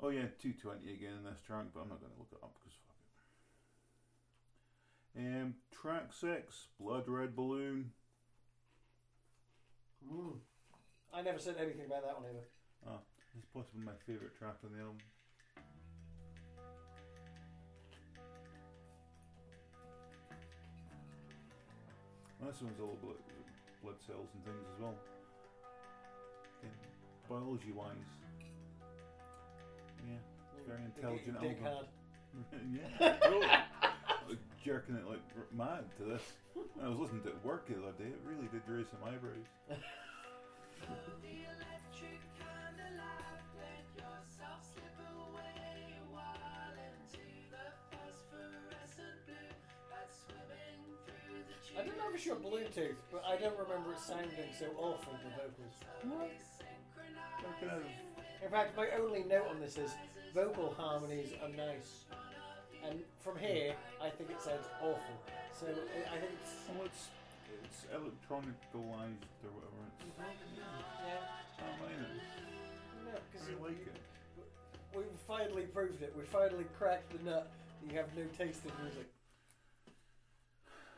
Oh yeah, two twenty again in this track, but I'm not going to look it up because fuck it. Um, track six, Blood Red Balloon.
Mm. I never said anything about that one either.
It's possibly my favourite track on the album. Well, this one's all about blood cells and things as well. biology wise. Yeah. Very
Mm. They get
intelligent
your Dick
album.
hard.
yeah. Cool. I was jerking it like r- mad to this. I was listening to it at work the other day. It really did raise some eyebrows.
I don't know if it's your Bluetooth, but I don't remember it sounding so awful, the vocals.
What? They're kind of
In fact, my only note on this is vocal harmonies are nice, and from here, I think it sounds awful. So I- I think it's
Well, it's it's electronicalized or whatever. It's
yeah,
not mine. it.
no, because
I really like it.
we finally proved it. We finally cracked the nut that you have no taste in music.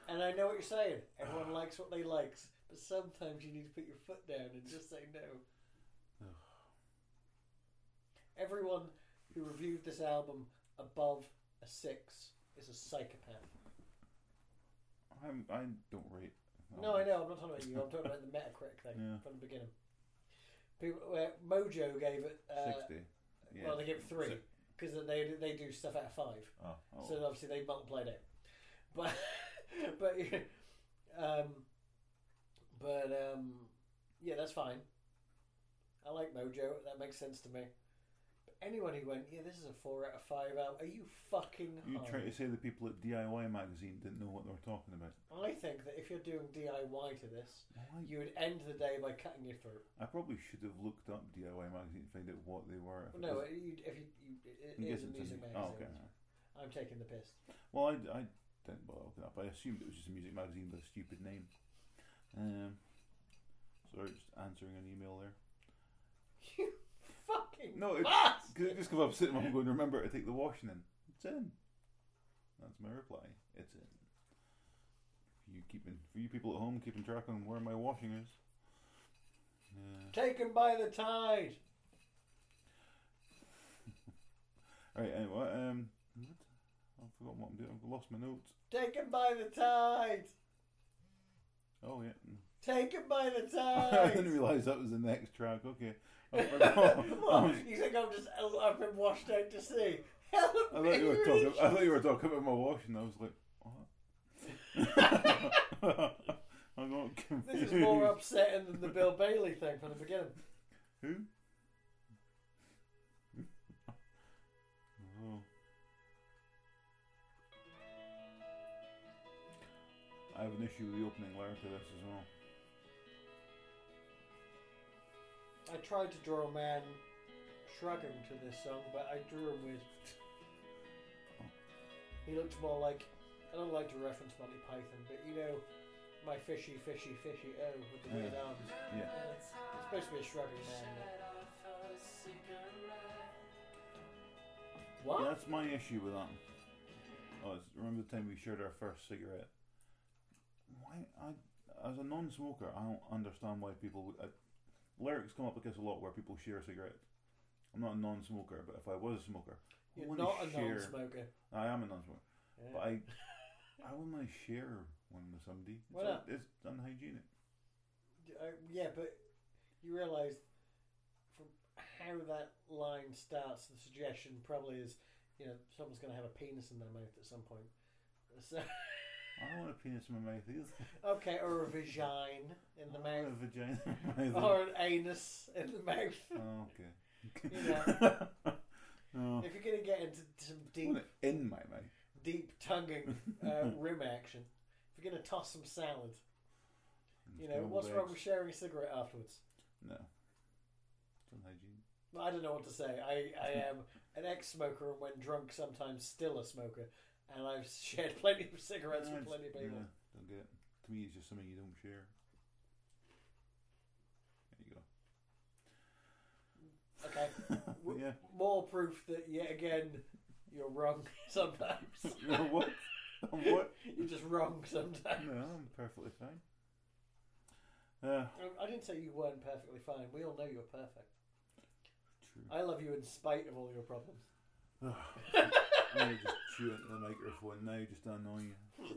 And I know what you're saying. Everyone likes what they likes, but sometimes you need to put your foot down and just say no. Everyone who reviewed this album above a six is a psychopath.
I'm, I don't rate.
No, I know. I'm not talking about you. I'm talking about the Metacritic thing
Oh. Yeah.
from the beginning. People, uh, Mojo gave it. Uh,
Sixty. Yeah.
Well, they gave it three because they they do stuff out of five.
Oh, oh.
So obviously they multiplied it, but but um, but um, yeah, that's fine. I like Mojo. That makes sense to me. But anyone who went, yeah, this is a four out of five out. Are you fucking?
you
high?
try to say the people at DIY magazine didn't know what they were talking about.
I think that if you're doing DIY to this,
Why?
you would end the day by cutting your throat.
I probably should have looked up DIY magazine to find out what they were. if it
No,
was-
you, if you, you it,
I'm
it is a
guessing it's
music
in-
magazine.
Oh, okay.
I'm taking the piss.
Well, I, I didn't bother looking up. I assumed it was just a music magazine with a stupid name. Um, sorry, just answering an email there.
You fucking
No, it-
bastard.
Cause it just because I'm sitting home going, remember to take the washing in. It's in. That's my reply. It's in. For you keeping for you people at home keeping track on where my washing is. Yeah.
Taken by the tide.
All right. Anyway, um, what? I've forgotten what I'm doing. I've lost my notes.
Taken by the tide.
Oh yeah.
Taken by the
I didn't
tide.
realise that was the next track. Okay. I forgot. I
What?
was-
you think I'm just I've been washed out to sea? Help
I thought you
me,
were talking.
Richard.
I thought you were talking about my washing. I was like, what? I'm not confused.
This is more upsetting than the Bill Bailey thing from the beginning.
Who? oh. I have an issue with the opening layer to this as well.
I tried to draw a man shrugging to this song, but I drew him with. He looked more like. I don't like to reference Monty Python, but you know, my fishy, fishy, fishy oh with the weird
Yeah.
arms.
Yeah.
It's supposed to be a shrugging man. What?
Yeah, That's my issue with that. Oh, it's, remember the time we shared our first cigarette? Why I, as a non-smoker, I don't understand why people. would- I, lyrics come up against a lot where people share cigarettes. I'm not a non-smoker, but if I was a smoker, I
You're
wouldn't
not a
share-
non-smoker.
I am a non-smoker,
Yeah.
but I, I wouldn't want to share one with somebody. It's,
Why
un-
not?
it's unhygienic.
Uh, yeah, but you realise from how that line starts, the suggestion probably is, you know, someone's going to have a penis in their mouth at some point. So,
I don't want a penis in my mouth either.
okay, or a vagine in the
I
mouth,
don't want Oh, a vagina in my mouth.
or an anus in the mouth.
Oh, okay.
You
Oh,
If you're going to get into some
I
deep,
want it in my mouth.
deep tonguing uh, rim action, if you're going to toss some salad, you know,
Scrambled
what's wrong
eggs.
with sharing a cigarette afterwards?
No. It's unhygienic.
Well, I don't know what to say. I, I am an ex smoker and when drunk, sometimes still a smoker. And I've shared plenty of cigarettes
No,
with
it's-
plenty of people.
yeah, don't get it. To me, it's just something you don't share. There you go.
Okay. W-
yeah.
More proof that, yet again, you're wrong sometimes.
No, what? what?
you're just wrong sometimes.
No, I'm perfectly fine. Uh,
I- I didn't say you weren't perfectly fine. We all know you're perfect.
true.
I love you in spite of all your problems.
I'm gonna just chew into the microphone now just to annoy you.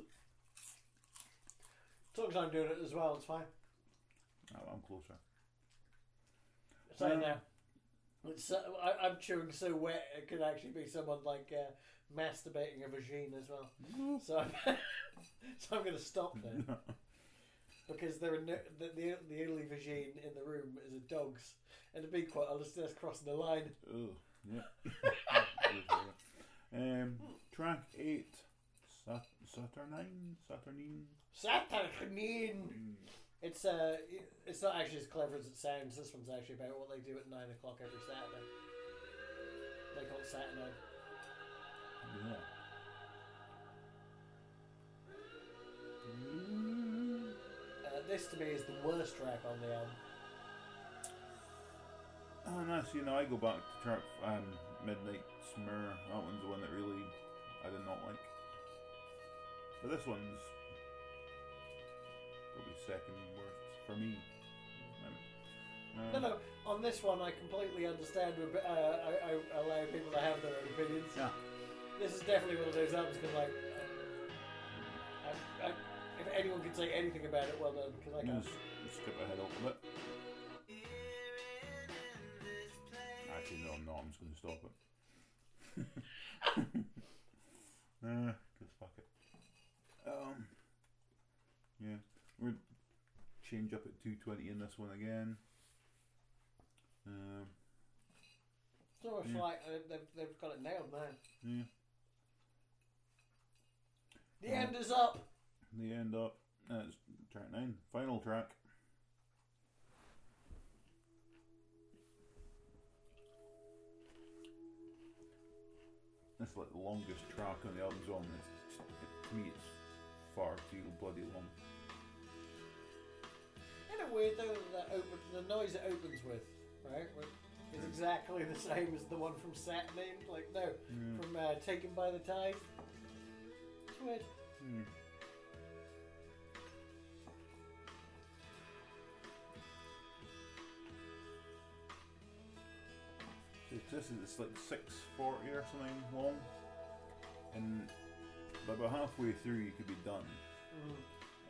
As long as I'm doing it as well, it's fine.
Oh, I'm closer.
So
Um,
now, it's so, I, I'm chewing so wet it could actually be someone like uh, masturbating a vagine as well. So I'm, so I'm going to stop there because there are no, the, the the only vagine in the room is a dog's, and to be quite honest, that's crossing the line.
Ugh. Yeah. um, track 8. Sat- Saturnine? Saturnine?
Saturnine. It's uh, it's not actually as clever as it sounds. This one's actually about what they do at nine o'clock every Saturday. They call it Saturday.
Yeah.
Uh, this to me is the worst track on the album.
Oh, no, see, now I go back to track um, Midnight Smear. That one's the one that really I did not like. But this one's probably second worst for me. Um,
No, no. On this one, I completely understand. we're- Uh, I, I allow people to have their own opinions.
Yeah.
This is definitely one of those albums because, like, I, I, if anyone could say anything about it, well done. Because I
Let's
can't.
skip ahead a little bit. Actually, no, I'm not. I'm just going to stop it. nah, just fuck it. Um, yeah, we're change up at 220 in this one again. Um,
It's almost
Yeah.
like uh, they've, they've got it nailed now.
yeah,
The
Yeah.
end is up.
they end up. That's track nine, final track. That's like the longest track on the album. On this, to me, it's far too bloody long.
Isn't it weird though that, that open, the noise it opens with, right, with- is exactly the same as the one from Saturday? Like no,
Yeah.
from uh, Taken by the Tide. It's weird.
Hmm. It's This is it's like six forty or something long, and by about halfway through you could be done,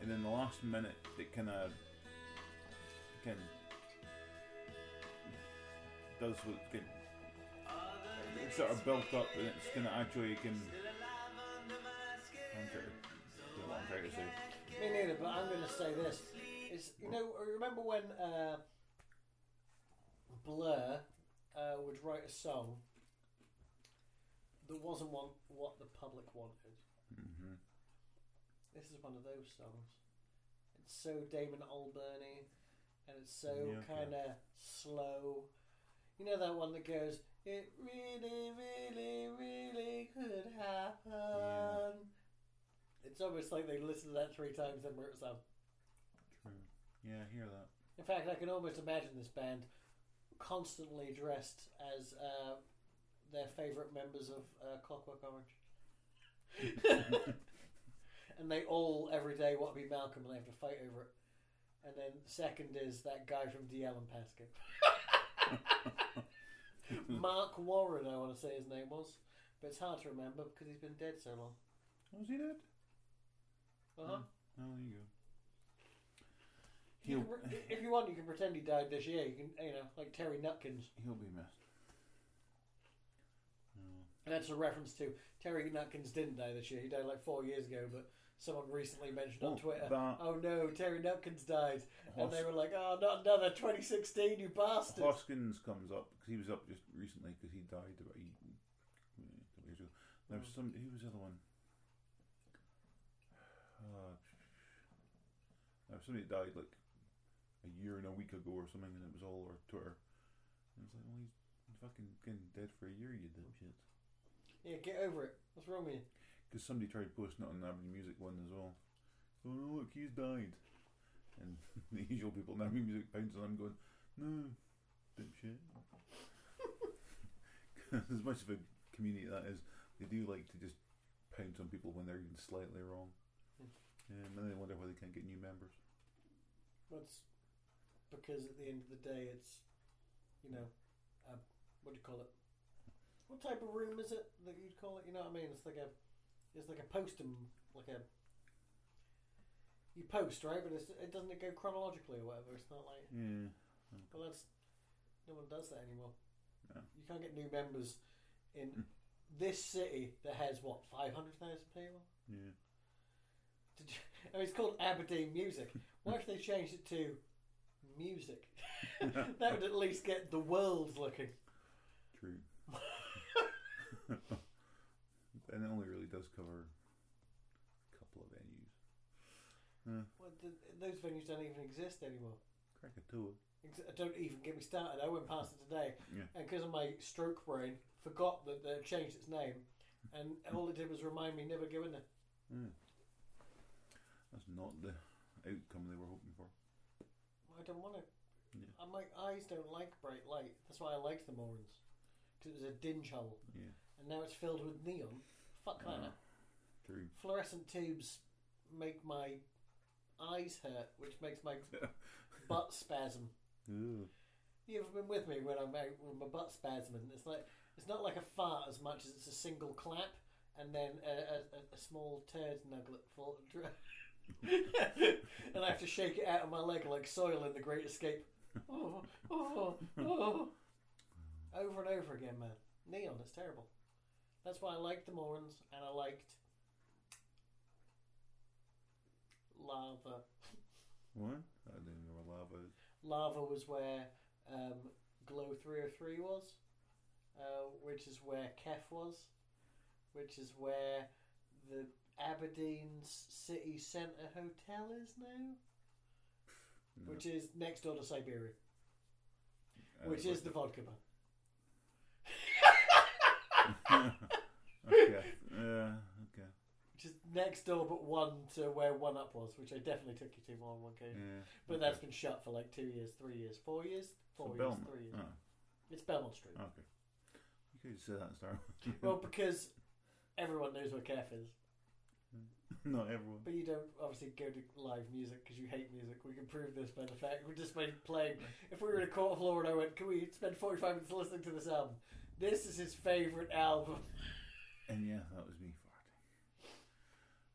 and then the last minute it kind of kind does what it can. It's sort of built up and it's gonna actually can. I'm trying to, don't know what I'm trying to say.
Me neither, but I'm going to say this. It's you know remember when uh, Blur uh, would write a song that wasn't one, what the public wanted.
hmm
This is one of those songs. It's so Damon Albarny, and it's so
Yeah, okay.
kind of slow. You know that one that goes, "It really, really, really could happen." It's almost like they listened to that three times and wrote a song.
True. Yeah, I hear that.
In fact, I can almost imagine this band constantly dressed as uh, their favourite members of uh, Clockwork Orange. and they all, every day, want to be Malcolm and they have to fight over it. And then, second is that guy from DL and Pasco. Mark Warren, I want to say his name was. But it's hard to remember because he's been dead so long.
Was Oh, he dead?
Uh-huh.
Oh, there you go.
You
He'll
can re- if you want, you can pretend he died this year. You can, you know, like Terry Nutkins.
he'll be missed. No.
And that's a reference to Terry Nutkins didn't die this year. He died like four years ago, but someone recently mentioned
Oh,
on Twitter,
that-
"Oh no, Terry Nutkins died," and they
Hos-
were like, "Oh, not another 2016, you bastard!"
Hoskins comes up because he was up just recently because he died about a ye- a couple years ago. There was some. Who was the other one? Uh, there was somebody that died like a year and a week ago or something, and it was all over Twitter. And it's like, well, he's fucking getting dead for a year, you dipshit.
Yeah, get over it. What's wrong with you?
Because somebody tried posting it on the Aberdeen Music one as well. Oh no, look, he's died. And the usual people in Aberdeen Music pounce on him going, no, dipshit. 'Cause as much of a community that is, they do like to just pounce on people when they're even slightly wrong. And then they wonder why they can't get new members.
That's because at the end of the day, it's you know, uh, what do you call it? What type of room is it that you'd call it? You know what I mean? It's like a, it's like a postum, like a. You post right, but it's, it doesn't it go chronologically or whatever. It's not like.
Yeah.
Well, that's no one does that anymore.
No.
You can't get new members in this city that has what five hundred thousand people.
Yeah.
Did you, I mean, it's called Aberdeen Music. Why if they changed it to music? that would at least get the world looking.
True. and it only really does cover a couple of venues.
Well, th- those venues don't even exist anymore.
Krakatoa.
Ex- Don't even get me started. I went past it today,
Yeah.
and because of my stroke brain, forgot that they changed its name, and all it did was remind me never go in there.
Mm. That's not the outcome they were hoping for.
I don't want to.
Yeah.
Uh, My eyes don't like bright light. That's why I liked the Morans. Because it was a dinge hole.
Yeah,
And now it's filled with neon. Fuck that.
Ah. true.
Fluorescent tubes make my eyes hurt, which makes my butt spasm.
Ugh.
You ever been with me when I'm out with my butt spasming? It's like it's not like a fart as much as it's a single clap and then a, a, a- a small turd nugget fall and I have to shake it out of my leg like soil in the Great Escape. Oh, oh, oh. Over and over again, man. Neon, it's terrible. That's why I liked the Morans and I liked lava.
What? I didn't know where lava is.
Lava was where um, Glow 303 was, uh, which is where Kef was, which is where the Aberdeen s- City Centre Hotel is now,
No.
which is next door to Siberia,
Uh,
which is the
but-
vodka bar.
okay. Yeah. Okay.
Which is next door but one to where One Up was, which I definitely took you to on one occasion.
Yeah.
But
Mm, okay.
that's been shut for like two years, three years, four years,
So
four years,
Belmont.
three years.
Oh,
It's Belmont Street.
Ah, okay. You could say that star.
Well, because everyone knows where Kef is.
Not everyone.
But you don't obviously go to live music because you hate music. We can prove this by the fact we're just by playing. If we were in a court of law and I went, "Can we spend forty five minutes listening to this album?" This is his favorite album.
And yeah, that was me farting.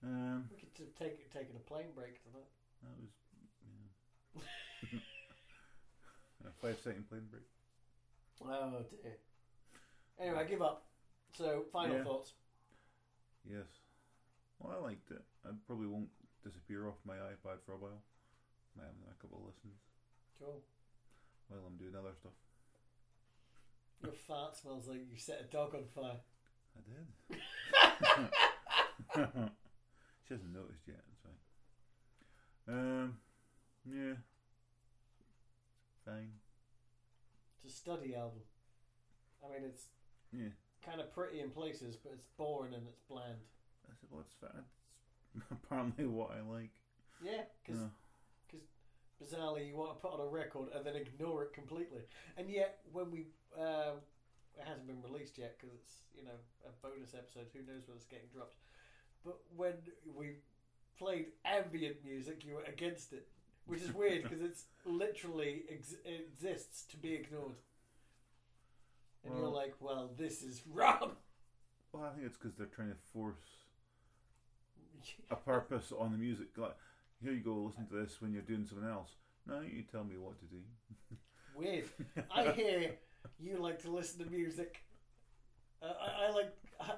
Um,
We could have taken taken a plane break to that.
that was. Yeah. a five second plane break.
Oh dear. Anyway, I give up. So, final
Yeah.
thoughts.
Yes. Well, I liked it. I probably won't disappear off my iPad for a while. I have a couple of listens
Cool.
while I'm doing other stuff.
Your fart smells like you set a dog on fire.
I did. she hasn't noticed yet. It's fine. Um, yeah. Fine.
It's a study album. I mean, it's
Yeah.
kind of pretty in places, but it's boring and it's bland.
I said, well, it's fine. It's apparently what I like.
Yeah, because
Yeah.
bizarrely you want to put on a record and then ignore it completely and yet when we uh, it hasn't been released yet because it's you know a bonus episode who knows when it's getting dropped but when we played ambient music you were against it which is weird because it's literally ex- exists to be ignored and you're
Well-
like well this is wrong
Well, I think it's because they're trying to force a purpose on the music. Like, here you go, listen to this when you're doing something else. No, you tell me what to do.
weird I hear you like to listen to music. Uh, I, I like. I,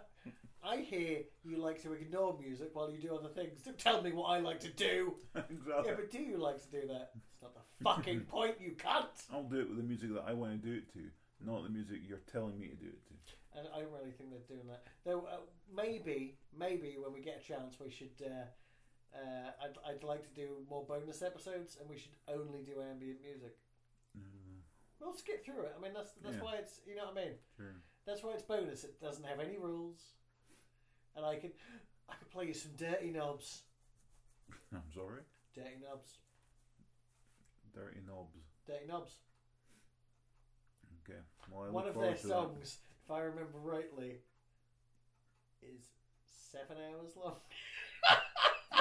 I hear you like to ignore music while you do other things. Don't tell me what I like to do.
exactly.
Yeah, but do you like to do that? It's not the fucking point, you cunt.
I'll do it with the music that I want to do it to, not the music you're telling me to do it to.
And I don't really think they're doing that. Though uh, maybe, maybe when we get a chance, we should. Uh, uh, I'd, I'd like to do more bonus episodes, and we should only do ambient music.
Mm,
We'll skip through it. I mean, that's that's
Yeah.
why it's. You know what I mean?
sure.
That's why it's bonus. It doesn't have any rules, and I can I can play you some dirty knobs.
I'm sorry.
Dirty knobs.
Dirty knobs.
Dirty knobs.
Okay. Well, I
One
look
of their
forward to that.
songs, if I remember rightly, is seven hours long.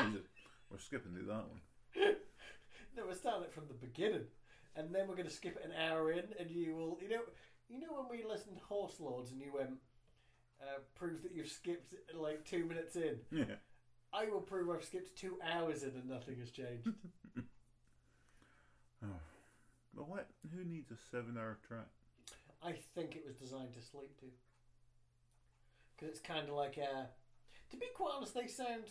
Is it? We're skipping through that one.
No, we're starting it from the beginning, and then we're going to skip it an hour in, and you will, you know, you know when we listened to Horse Lords, and you went, uh, proves that you've skipped like two minutes in.
Yeah.
I will prove I've skipped two hours in, and nothing has changed.
But what? Who needs a seven-hour track?
I think it was designed to sleep to. Because it's kind of like a. To be quite honest, they sound.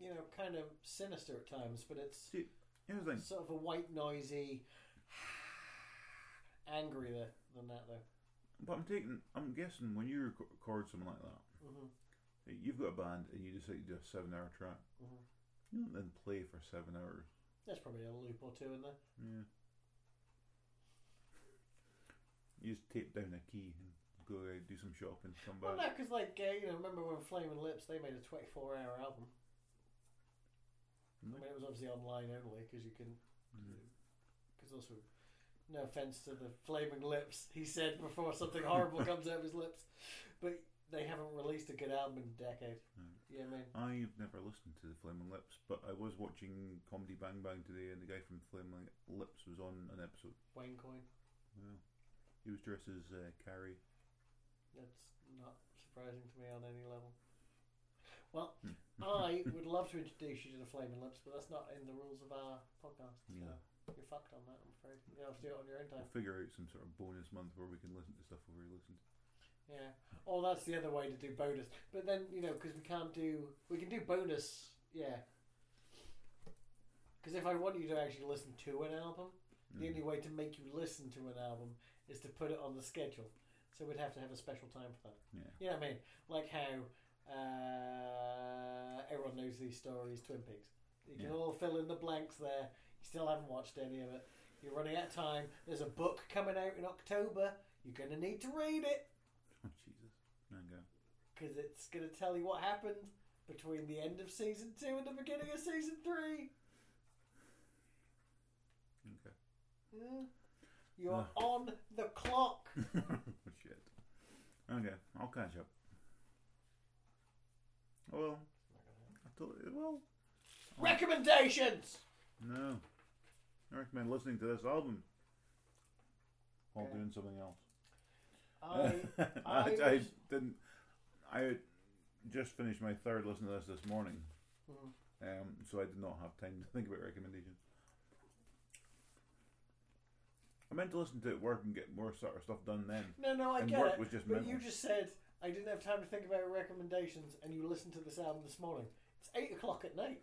You know, kind of sinister at times, but it's
See, here's the thing.
sort of a white noisy. angrier than that, though.
But I'm taking. I'm guessing when you rec- record something like that, eh,
Mhm.
you've got a band and you decide to do a seven-hour track.
Mhm.
You don't then play for seven hours.
There's probably a loop or two in there.
Yeah. You just tape down a key and go out, do some shopping, come
Well, no,
back.
because, like, uh, you know, remember when Flaming Lips, they made a 24 hour album. I
No.
mean, it was obviously online only because you can. Because also, no offense to the flaming lips, he said before something horrible comes out of his lips, but they haven't released a good album in a decade.
Mm.
Yeah, I mean,
I've never listened to the Flaming Lips, but I was watching Comedy Bang Bang today, and the guy from Flaming Lips was on an episode.
Wayne Coyne.
Well, he was dressed as uh, Carrie.
That's not surprising to me on any level. Well, I would love to introduce you to the Flaming Lips, but that's not in the rules of our podcast. so
Yeah.
You're fucked on that, I'm afraid. You'll have to do it on your own time.
We'll figure out some sort of bonus month where we can listen to stuff we've already listened. to.
Yeah. Or that's the other way to do bonus. But then, you know, because we can't do. We can do bonus, yeah. Because if I want you to actually listen to an album,
Hmm.
the only way to make you listen to an album is to put it on the schedule. So we'd have to have a special time for that.
Yeah.
You know what I mean? Like how uh, everyone knows these stories, Twin Peaks. You can
Yeah.
all fill in the blanks there. You still haven't watched any of it. You're running out of time. There's a book coming out in October. You're going to need to read it
Oh Jesus! There you go.
because it's going to tell you what happened between the end of season two and the beginning of season three.
Okay.
Yeah. Hmm? You're on the clock.
oh, shit. Okay, I'll catch up. Oh, Well, I thought well,
Recommendations.
no. I recommend listening to this album while
Okay.
doing something else.
I,
I,
I
I
was-
didn't. I just finished my third listen to this this morning,
Mhm.
um, so I did not have time to think about recommendations. I meant to listen to it at work and get more sort of stuff done then.
no, no, I
And
get
work
it.
was just
but
mental.
you just said I didn't have time to think about recommendations, and you listened to this album this morning. It's eight o'clock at night.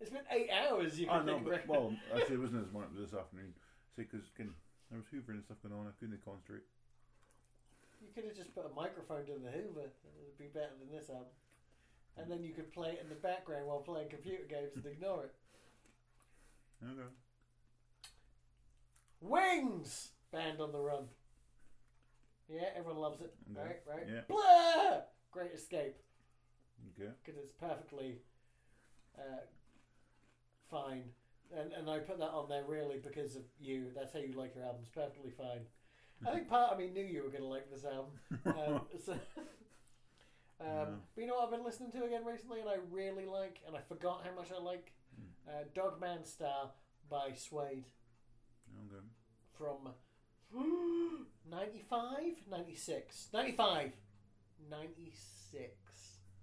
It's been eight hours. You can
Oh no,
think
but
rec-
well, actually, it wasn't this morning. It was this afternoon. See, because there was hoovering and stuff going on, I couldn't concentrate.
you could have just put a microphone to the Hoover. It would be better than this album. And then you could play it in the background while playing computer games and ignore it.
Okay.
Wings! Band on the Run. Yeah, everyone loves it.
Yeah.
Right, right.
Yeah.
Blur! Great Escape.
Okay.
because it's perfectly uh, fine. And, and I put that on there really because of you. That's how you like your albums. Perfectly fine. I think part of me knew you were going to like this album. Um, so, um,
Yeah.
But you know what I've been listening to again recently and I really like, and I forgot how much I like?
Hmm.
Uh, Dogman Star by Suede
Okay.
from 95? 96? 95! 96.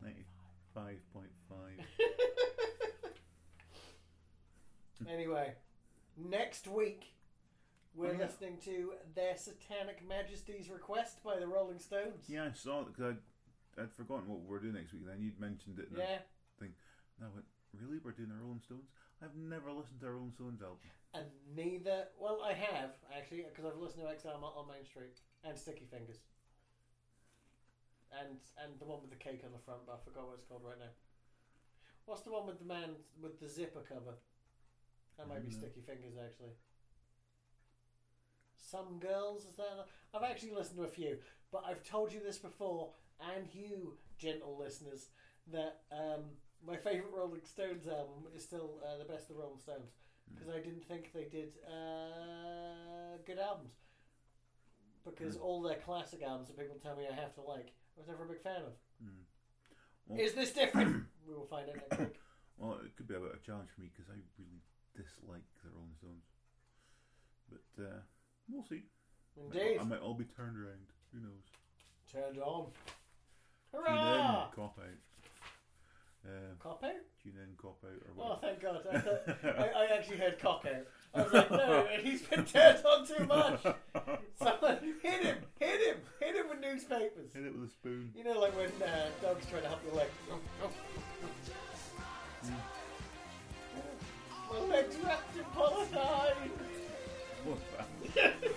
Ninety-five point five.
anyway, next week we're
Oh, yeah.
listening to Their Satanic Majesty's Request by the Rolling Stones.
Yeah, I saw it because I'd, I'd forgotten what we were doing next week. and Then you'd mentioned it. And
Yeah,
I, and I went, really? We're doing a Rolling Stones? I've never listened to a Rolling Stones album.
and neither. Well, I have actually because I've listened to Exile on Main Street and Sticky Fingers, and and the one with the cake on the front, but I forgot what it's called right now. What's the one with the man with the zipper cover? That might be
Mm.
Sticky Fingers actually. Some girls is that? I've actually listened to a few, but I've told you this before, and you, gentle listeners, that um, my favorite Rolling Stones album is still uh, the best of the Rolling Stones because I didn't think they did uh, good albums. Because all their classic albums that people tell me I have to like, I was never a big fan of.
Mm. Well-
Is this different? we will find out next week.
Well, it could be a bit of a challenge for me because I really dislike the Rolling Stones. But uh, we'll see.
Indeed.
I might all be turned around. Who knows?
Turned on.
Tune in,
Hurrah!
cop out. Uh,
Cop out?
tune in, cop out, or
Oh,
whatever.
thank God. I, thought, I, I actually heard cock out. I was like, no, he's been turned on too much. Someone hit him, hit him, hit him with newspapers.
Hit it with a spoon.
You know, like when uh, dogs try to help your leg. My leg's Mm. wrapped in polystyrene.
What's that?